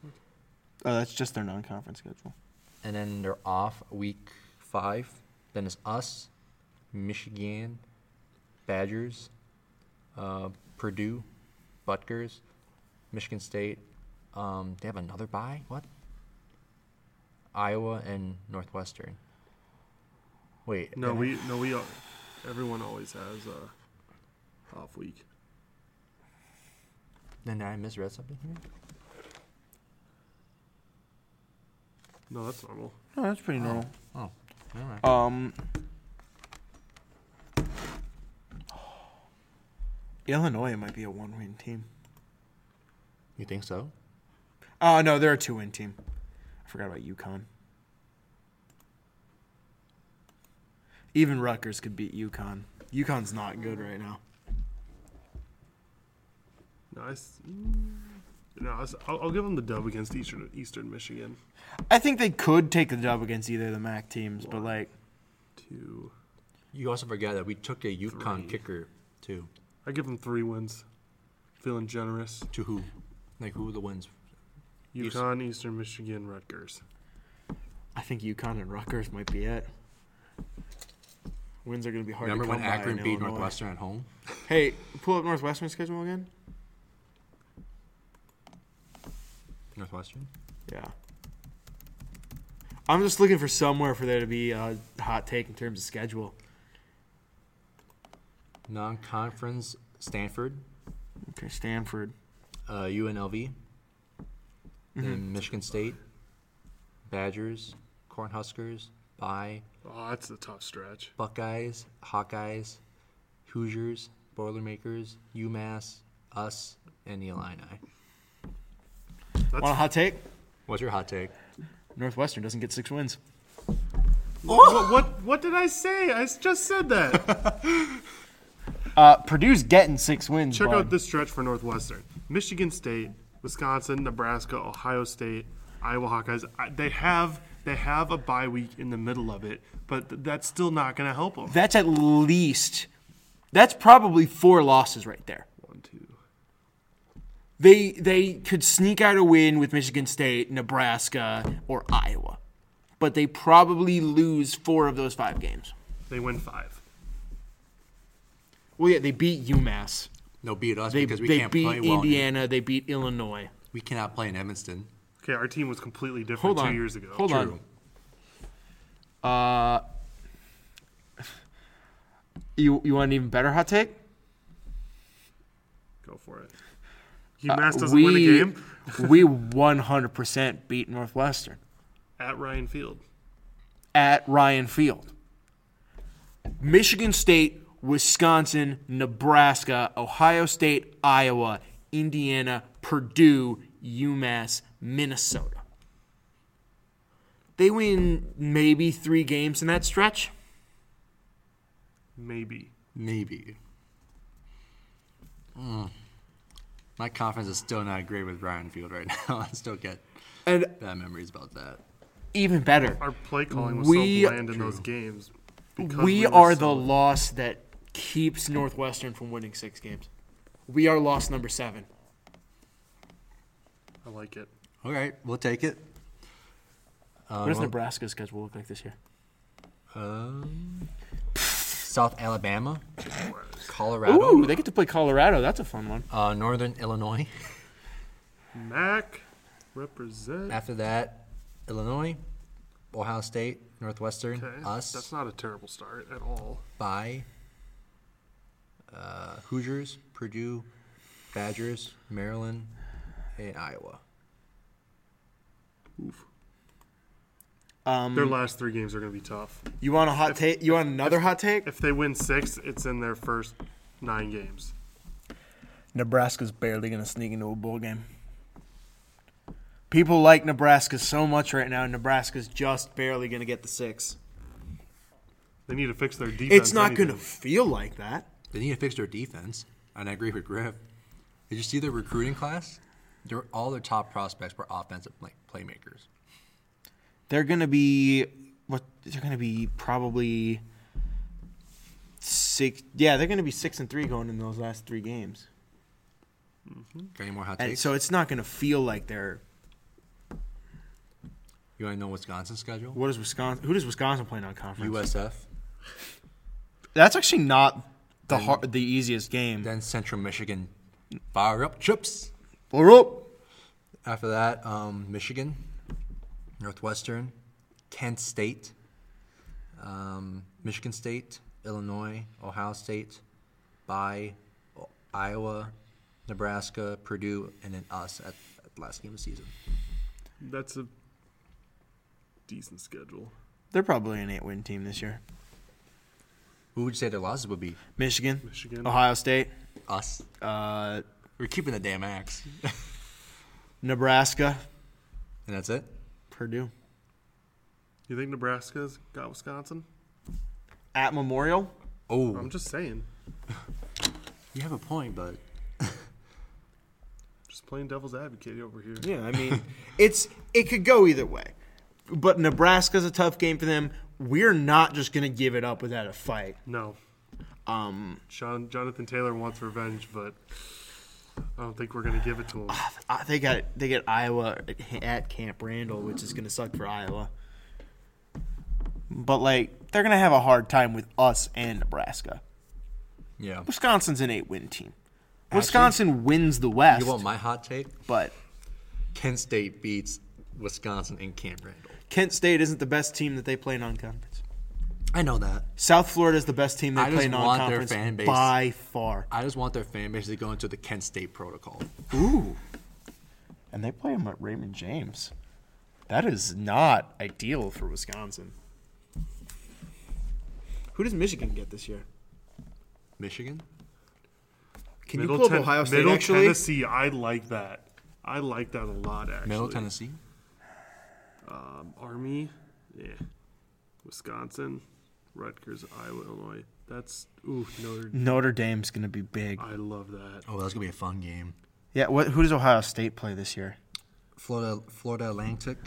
Speaker 5: Oh, that's just their non-conference schedule.
Speaker 2: and then they're off week five. Then it's us, Michigan, Badgers, uh, Purdue, Rutgers, Michigan State. Um, they have another bye. What? Iowa and Northwestern. Wait.
Speaker 3: No,
Speaker 2: and I-
Speaker 3: we no we al- everyone always has a off week.
Speaker 2: Then I misread something here.
Speaker 3: No, that's normal.
Speaker 5: Oh, that's pretty normal.
Speaker 2: Oh, all right.
Speaker 5: Um. Illinois might be a one-win team.
Speaker 2: you think so?
Speaker 5: Oh no, they're a two-win team. I forgot about UConn. Even Rutgers could beat UConn. UConn's not good right now.
Speaker 3: No, I, s- mm, no I s- I'll, I'll give them the dub against Eastern Eastern Michigan.
Speaker 5: I think they could take the dub against either of the MAC teams, but like
Speaker 3: Two.
Speaker 2: You also forgot that we took a Yukon kicker to
Speaker 3: I give them three wins. Feeling generous.
Speaker 2: to who? Like who are the ones? Yes.
Speaker 3: UConn, Eastern Michigan, Rutgers.
Speaker 5: I think UConn and Rutgers might be it. Wins are going to be hard.
Speaker 2: Remember
Speaker 5: to come
Speaker 2: when
Speaker 5: by
Speaker 2: Akron
Speaker 5: in
Speaker 2: beat
Speaker 5: Illinois.
Speaker 2: Northwestern at home?
Speaker 5: Hey, pull up Northwestern's schedule again.
Speaker 2: Northwestern.
Speaker 5: Yeah. I'm just looking for somewhere for there to be a hot take in terms of schedule.
Speaker 2: Non-conference: Stanford,
Speaker 5: Okay, Stanford.
Speaker 2: uh, UNLV,
Speaker 5: Mm-hmm.
Speaker 2: then Michigan State, Badgers, Cornhuskers, By,
Speaker 3: Oh, that's a tough stretch.
Speaker 2: Buckeyes, Hawkeyes, Hoosiers, Boilermakers, UMass, us, and the Illini.
Speaker 5: Want a hot take?
Speaker 2: What's your hot take?
Speaker 5: Northwestern doesn't get six wins.
Speaker 2: Oh!
Speaker 3: What, what what did I say? I s- just said
Speaker 2: [LAUGHS]
Speaker 3: that.
Speaker 5: Uh, Purdue's getting six wins.
Speaker 3: Check
Speaker 5: bud.
Speaker 3: out this stretch for Northwestern: Michigan State, Wisconsin, Nebraska, Ohio State, Iowa Hawkeyes. I, they have they have a bye week in the middle of it, but th- that's still not going to help them.
Speaker 5: That's at least. That's probably four losses right there.
Speaker 3: One, two.
Speaker 5: They they could sneak out a win with Michigan State, Nebraska, or Iowa, but they probably lose four of those five games.
Speaker 3: They win five.
Speaker 5: Well, yeah, they beat UMass.
Speaker 2: No, beat us
Speaker 5: They,
Speaker 2: because we
Speaker 5: they
Speaker 2: can't
Speaker 5: beat
Speaker 2: play well. in-
Speaker 5: Indiana. They beat Illinois.
Speaker 2: We cannot play in Evanston.
Speaker 3: Okay, our team was completely different
Speaker 5: Hold
Speaker 3: two
Speaker 5: on.
Speaker 3: years ago.
Speaker 5: Hold on. Uh, You you want an even better hot take?
Speaker 3: Go for it. UMass doesn't
Speaker 5: Uh, we
Speaker 3: win a game
Speaker 5: [LAUGHS] we 100% beat Northwestern
Speaker 3: at Ryan Field.
Speaker 5: at Ryan Field. Michigan State, Wisconsin, Nebraska, Ohio State, Iowa, Indiana, Purdue, UMass, Minnesota. They win maybe three games in that stretch.
Speaker 3: Maybe.
Speaker 2: Maybe. Mm. My confidence is still not great with Ryan Field right [LAUGHS] now. I still get
Speaker 5: And
Speaker 2: bad memories about that.
Speaker 5: even better,
Speaker 3: Our play calling was
Speaker 5: We-
Speaker 3: so bland in those games. because
Speaker 5: we
Speaker 3: were
Speaker 5: are the
Speaker 3: so-
Speaker 5: loss that keeps Northwestern from winning six games. We are loss number seven.
Speaker 3: I like it.
Speaker 2: All right, we'll take it.
Speaker 5: what does Nebraska's schedule look like this year?
Speaker 2: South Alabama, Colorado,
Speaker 5: Ooh, they get to play Colorado. That's a fun one.
Speaker 2: uh, Northern Illinois. [LAUGHS]
Speaker 3: Mac represent.
Speaker 2: After that, Illinois, Ohio State, Northwestern,
Speaker 3: Okay. That's
Speaker 2: us,
Speaker 3: not a terrible start at all.
Speaker 2: by uh, Hoosiers, Purdue, Badgers, Maryland, and Iowa.
Speaker 4: Um,
Speaker 3: Their last three games are going to be tough.
Speaker 5: You want a hot take? You want another hot take?
Speaker 3: If they win six, it's in their first nine games.
Speaker 5: Nebraska's barely going to sneak into a bowl game. People like Nebraska so much right now, and Nebraska's just barely going to get the six.
Speaker 3: They need to fix their defense.
Speaker 5: It's not
Speaker 4: [LAUGHS]
Speaker 3: anything.
Speaker 5: going to feel like that.
Speaker 2: They need to fix their defense, and I agree with Griff. Did you see their recruiting class? They're, all their top prospects were offensive like playmakers.
Speaker 5: They're going to be what? They're going to be probably six. Yeah, they're going to be six and three going in those last three games,
Speaker 2: Got any more hot
Speaker 5: and
Speaker 2: takes?
Speaker 5: so it's not going to feel like they're.
Speaker 2: you want to know Wisconsin's schedule?
Speaker 5: What is Wisconsin? Who does Wisconsin play on conference?
Speaker 2: USF,
Speaker 5: That's actually not the hard, the easiest game.
Speaker 2: then Central Michigan. Fire up chips.
Speaker 5: Blow up.
Speaker 2: After that, um, Michigan, Northwestern, Kent State, um, Michigan State, Illinois, Ohio State, by Iowa, Nebraska, Purdue, and then us at, at the last game of the season.
Speaker 3: That's a decent schedule.
Speaker 5: They're probably an eight-win team this year.
Speaker 2: Who would you say their losses would be?
Speaker 5: Michigan,
Speaker 3: Michigan.
Speaker 5: Ohio State,
Speaker 2: Us.
Speaker 5: uh,
Speaker 2: We're keeping the damn axe.
Speaker 5: Nebraska,
Speaker 2: and that's it?
Speaker 5: Purdue.
Speaker 3: You think Nebraska's got Wisconsin?
Speaker 5: at Memorial.
Speaker 2: Oh,
Speaker 3: I'm just saying,
Speaker 2: you have a point, but
Speaker 3: just playing devil's advocate over here.
Speaker 5: Yeah, I mean, [LAUGHS] it's it could go either way. But Nebraska's a tough game for them. We're not just going to give it up without a fight.
Speaker 3: No,
Speaker 5: Um,
Speaker 3: Sean Jonathan Taylor wants revenge, but I don't think we're gonna give it to him.
Speaker 4: Ah,
Speaker 5: uh, they got they get Iowa at- at Camp Randall, which is going to suck for Iowa. But like, they're going to have a hard time with us and Nebraska.
Speaker 2: yeah.
Speaker 5: Wisconsin's an eight-win team. Wisconsin wins the West,
Speaker 2: You want my hot take?
Speaker 5: but
Speaker 2: Kent State beats Wisconsin in Camp Randall.
Speaker 5: Kent State isn't the best team that they play non-conference.
Speaker 2: I know that.
Speaker 5: South Florida is the best team they
Speaker 2: I just
Speaker 5: play
Speaker 2: want their
Speaker 5: non-conference
Speaker 2: fan base-
Speaker 5: by far.
Speaker 2: I just want their fan base to go into the Kent State protocol.
Speaker 5: Ooh. And they play him at Raymond James. That is not ideal for Wisconsin. Who does Michigan get this year?
Speaker 2: Michigan?
Speaker 4: Can you pull up
Speaker 3: Ten-
Speaker 4: Ohio State
Speaker 3: Middle
Speaker 4: actually?
Speaker 3: Tennessee, I like that. I like that a lot. Actually,
Speaker 2: Middle Tennessee?
Speaker 3: Army, yeah, Wisconsin, Rutgers, Iowa, Illinois. That's ooh, Notre.
Speaker 5: Notre Dame's going to be big.
Speaker 3: I love that.
Speaker 2: Oh, that's going to be a fun game.
Speaker 5: Yeah, what, who does Ohio State play this year?
Speaker 2: Florida, Florida Atlantic,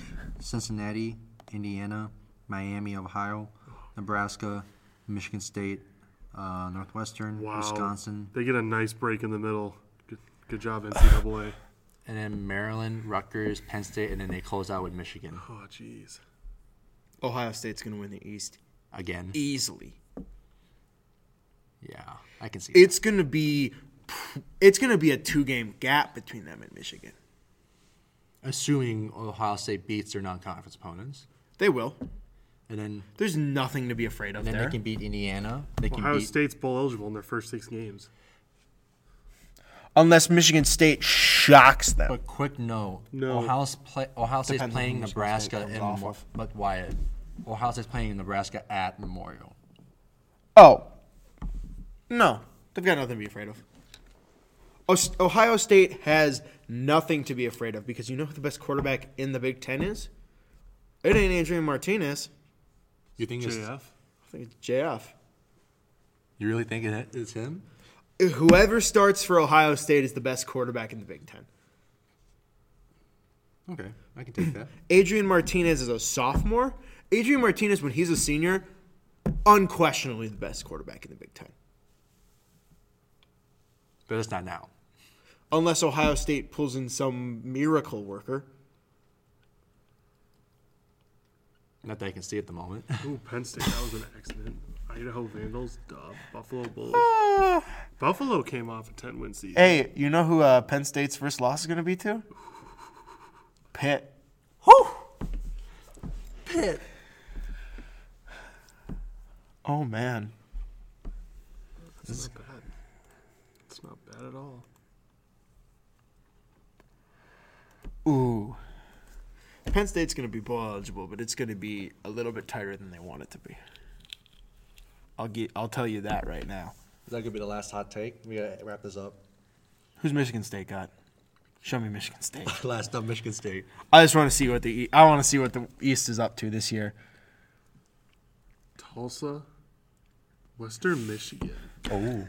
Speaker 2: Cincinnati, Indiana, Miami, Ohio, Nebraska, Michigan State, uh, Northwestern,
Speaker 3: Wow.
Speaker 2: Wisconsin,
Speaker 3: They get a nice break in the middle. Good, good job, NCAA.
Speaker 2: and then Maryland, Rutgers, Penn State, and then they close out with Michigan
Speaker 3: oh, jeez.
Speaker 5: Ohio State's going to win the East
Speaker 2: again.
Speaker 5: easily.
Speaker 2: Yeah, I can see.
Speaker 5: It's going to be it's going to be a two-game gap between them and Michigan.
Speaker 2: Assuming Ohio State beats their non-conference opponents,
Speaker 5: They will.
Speaker 2: and then
Speaker 5: There's nothing to be afraid of
Speaker 2: then
Speaker 5: there.
Speaker 2: they can beat Indiana. They can
Speaker 3: Ohio
Speaker 2: beat
Speaker 3: State's bowl eligible in their first six games.
Speaker 5: Unless Michigan State shocks them.
Speaker 2: But quick note.
Speaker 3: No.
Speaker 2: Ohio's play, Ohio State's
Speaker 5: Depends on
Speaker 2: playing
Speaker 5: who Michigan
Speaker 2: Nebraska
Speaker 5: State comes
Speaker 2: in
Speaker 5: off
Speaker 2: Memor-
Speaker 5: of.
Speaker 2: but Wyatt. Ohio State's playing Nebraska at Memorial.
Speaker 5: Oh. No. They've got nothing to be afraid of. Os- Ohio State has nothing to be afraid of because you know who the best quarterback in the Big Ten is? It ain't Adrian Martinez.
Speaker 2: You think
Speaker 3: JF.
Speaker 5: I think it's JF.
Speaker 2: you really think it, it's him?
Speaker 5: Whoever starts for Ohio State is the best quarterback in the Big Ten.
Speaker 2: Okay, I can take that.
Speaker 5: Adrian Martinez is a sophomore. Adrian Martinez, when he's a senior, unquestionably the best quarterback in the Big Ten.
Speaker 2: [LAUGHS] but it's not now.
Speaker 5: Unless Ohio State pulls in some miracle worker.
Speaker 2: Not that I can see at the [LAUGHS] moment.
Speaker 3: Ooh, Penn State. That was an accident. Idaho Vandals, duh. Buffalo Bulls.
Speaker 2: [SIGHS]
Speaker 3: Buffalo came off a 10 win season.
Speaker 5: Hey, you know who uh, Penn State's first loss is going to be to? Pitt.
Speaker 2: Pitt.
Speaker 5: Oh man.
Speaker 3: It's not bad. It's not bad at all.
Speaker 5: Ooh. Penn State's going to be bowl eligible, but it's going to be a little bit tighter than they want it to be. I'll get. I'll tell you that right now.
Speaker 2: Is that gonna be the last hot take? We gotta wrap this up.
Speaker 5: Who's Michigan State got? Show me Michigan State. [LAUGHS]
Speaker 2: last up, Michigan State.
Speaker 5: I just want to see what the E- I want to see what the East is up to this year.
Speaker 3: Tulsa, Western Michigan.
Speaker 2: Oh.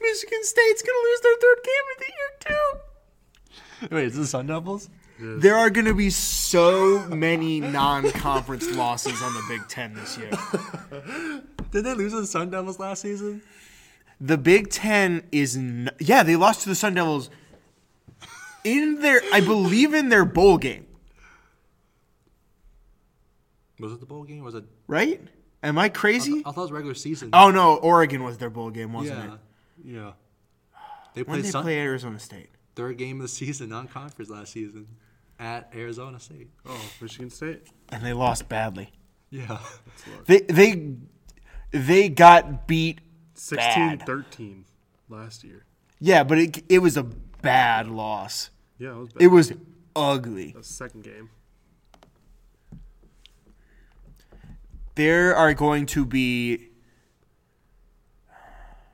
Speaker 5: Michigan State's going to lose their third game of the year too.
Speaker 2: Wait, is this Sun Devils?
Speaker 5: There are going to be so many non-conference losses on the Big Ten this year.
Speaker 2: Did they lose to the Sun Devils last season?
Speaker 5: The Big Ten is n- yeah, they lost to the Sun Devils in their I believe in their bowl game,
Speaker 2: Was it the bowl game? Was it?
Speaker 5: right? Am I crazy?
Speaker 2: I thought it was regular season.
Speaker 5: Oh no, Oregon was their bowl game, wasn't
Speaker 2: Uh, yeah.
Speaker 5: it?
Speaker 3: Yeah.
Speaker 2: They
Speaker 5: When
Speaker 2: played
Speaker 5: did they
Speaker 2: Sun-
Speaker 5: play Arizona State?
Speaker 2: third game of the season, non-conference last season, at Arizona State.
Speaker 3: Oh, Michigan State?
Speaker 5: And they lost badly.
Speaker 2: Yeah.
Speaker 5: They they they got beat
Speaker 3: 16
Speaker 5: Bad.
Speaker 3: 13 last year.
Speaker 5: yeah, but it it was a bad loss.
Speaker 3: Yeah, it was bad.
Speaker 5: It was ugly.
Speaker 3: That was the second game.
Speaker 5: There are going to be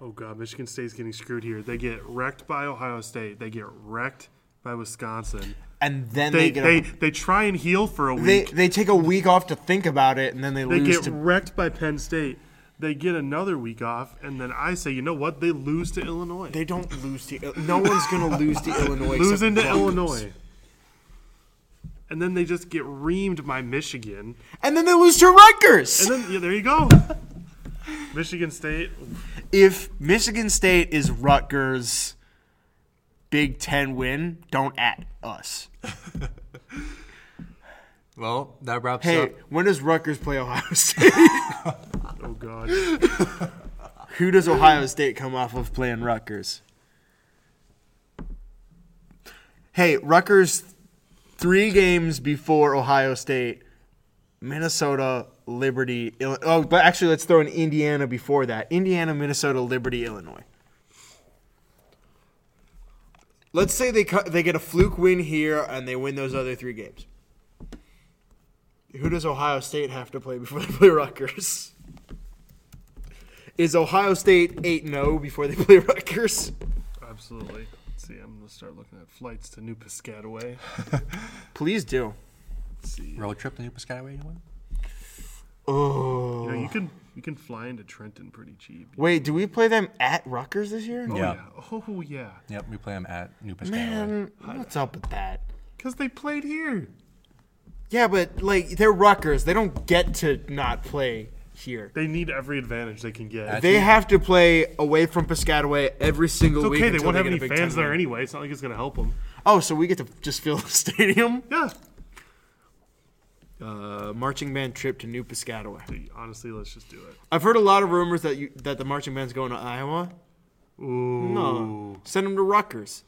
Speaker 3: Oh god, Michigan State's getting screwed here. They get wrecked by Ohio State. They get wrecked by Wisconsin.
Speaker 5: and then
Speaker 3: They
Speaker 5: they,
Speaker 3: they,
Speaker 5: get
Speaker 3: they try and heal for a
Speaker 5: a, they
Speaker 3: week.
Speaker 5: they take a week off to think about it, and then they,
Speaker 3: They,
Speaker 5: lose
Speaker 3: get
Speaker 5: to
Speaker 3: wrecked by Penn State. They get another week off, and then I say, you know what? They lose to Illinois.
Speaker 5: They don't lose to Il- no one's gonna lose to Illinois. except
Speaker 3: losing to
Speaker 5: Broncos.
Speaker 3: Illinois. And then they just get reamed by Michigan.
Speaker 5: and then they lose to Rutgers.
Speaker 3: And then yeah, there you
Speaker 5: [LAUGHS]
Speaker 3: go. Michigan State.
Speaker 5: If Michigan State is Rutgers' Big Ten win, don't at us.
Speaker 2: Well, that wraps
Speaker 5: Hey,
Speaker 2: up.
Speaker 5: when does Rutgers play Ohio [LAUGHS] State?
Speaker 3: Oh God.
Speaker 5: Who does Ohio State come off of playing Rutgers? Hey, Rutgers, three games before Ohio State, Minnesota, Liberty, Illinois. Oh, but actually, let's throw in Indiana before that. Indiana, Minnesota, Liberty, Illinois. Let's say they cut, they get a fluke win here and they win those other three games. Who does Ohio State have to play before they play Rutgers? Is Ohio State 8 0 before they [LAUGHS] play Rutgers?
Speaker 3: Absolutely. Let's see, I'm gonna start looking at flights to New Piscataway.
Speaker 5: Please do.
Speaker 3: Let's see.
Speaker 2: Road trip to New Piscataway, anyone?
Speaker 5: Oh.
Speaker 3: You, know, you can you can fly into Trenton pretty cheap.
Speaker 5: Wait, do we play them at Rutgers this year?
Speaker 3: Oh,
Speaker 2: Yeah.
Speaker 3: Oh yeah.
Speaker 2: Yep, we play them at New Piscataway.
Speaker 5: Man, what's up with that?
Speaker 3: Because they played here.
Speaker 5: Yeah, but like they're Rutgers. They don't get to not play here.
Speaker 3: They need every advantage they can get.
Speaker 2: That's-
Speaker 5: They have to play away from Piscataway every single
Speaker 3: it's
Speaker 5: week.
Speaker 3: okay. They
Speaker 5: until
Speaker 3: won't have
Speaker 5: get a
Speaker 3: any
Speaker 5: Big
Speaker 3: fans
Speaker 5: Ten
Speaker 3: there
Speaker 5: win.
Speaker 3: anyway. It's not like it's gonna help them.
Speaker 5: Oh, so we get to just fill [LAUGHS] the stadium?
Speaker 3: Yeah.
Speaker 5: Uh, marching band trip to New Piscataway.
Speaker 3: Honestly, let's just do it.
Speaker 5: I've heard a lot of rumors that you, that the marching band's going to Iowa.
Speaker 3: Ooh.
Speaker 5: No, send them to Rutgers.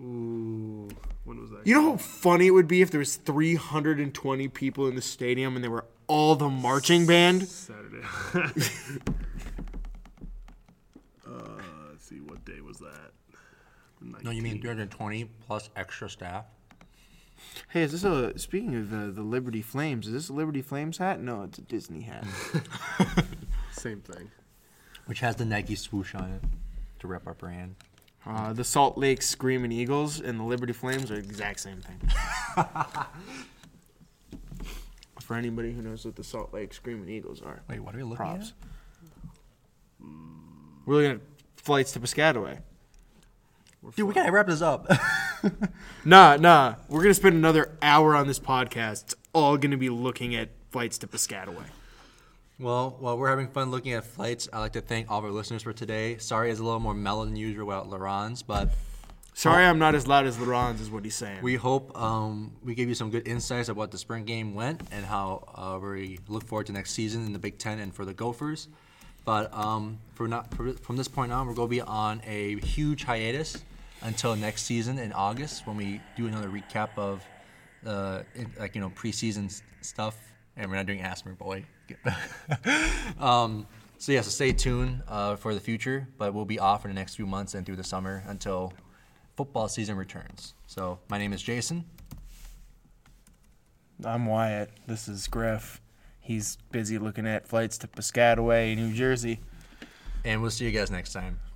Speaker 3: Ooh. When was that?
Speaker 5: You know how funny it would be if there was 320 people in the stadium and they were all the marching band?
Speaker 3: Saturday. [LAUGHS] uh, let's see. What day was that?
Speaker 2: No, you mean 320 plus extra staff?
Speaker 5: Hey, is this a speaking of uh, the, the Liberty Flames? Is this a Liberty Flames hat? No, it's a Disney hat.
Speaker 3: Same thing.
Speaker 2: Which has the Nike swoosh on it to rep our brand.
Speaker 5: [LAUGHS] uh, the Salt Lake Screaming Eagles and the Liberty Flames are the exact same thing. [LAUGHS] For anybody who knows what the Salt Lake Screaming Eagles are,
Speaker 2: Wait, what are we looking
Speaker 5: props.
Speaker 2: at?
Speaker 5: We're looking at flights to Piscataway.
Speaker 2: Dude, we gotta wrap this up. [LAUGHS]
Speaker 5: Nah, nah. We're gonna spend another hour on this podcast. It's all gonna be looking at flights to Piscataway.
Speaker 2: well, while we're having fun looking at flights, I'd like to thank all of our listeners for today. Sorry it's a little more mellow than usual without Laurence, but
Speaker 7: Oh.
Speaker 5: Sorry, I'm not as loud as LeRon's, is what he's saying.
Speaker 2: we hope um, we gave you some good insights about the spring game went and how uh, we look forward to next season in the Big Ten and for the Gophers. But um, for not, for, from this point on, we're going to be on a huge hiatus until next season in August when we do another recap of uh, in, like you know preseason s- stuff, and we're not doing Asmer Boy. [LAUGHS] um, so yeah, so stay tuned uh, for the future, but we'll be off for the next few months and through the summer until football season returns. So my name is Jason.
Speaker 7: I'm Wyatt. This is Griff. He's busy looking at flights to Piscataway, New Jersey.
Speaker 2: and we'll see you guys next time.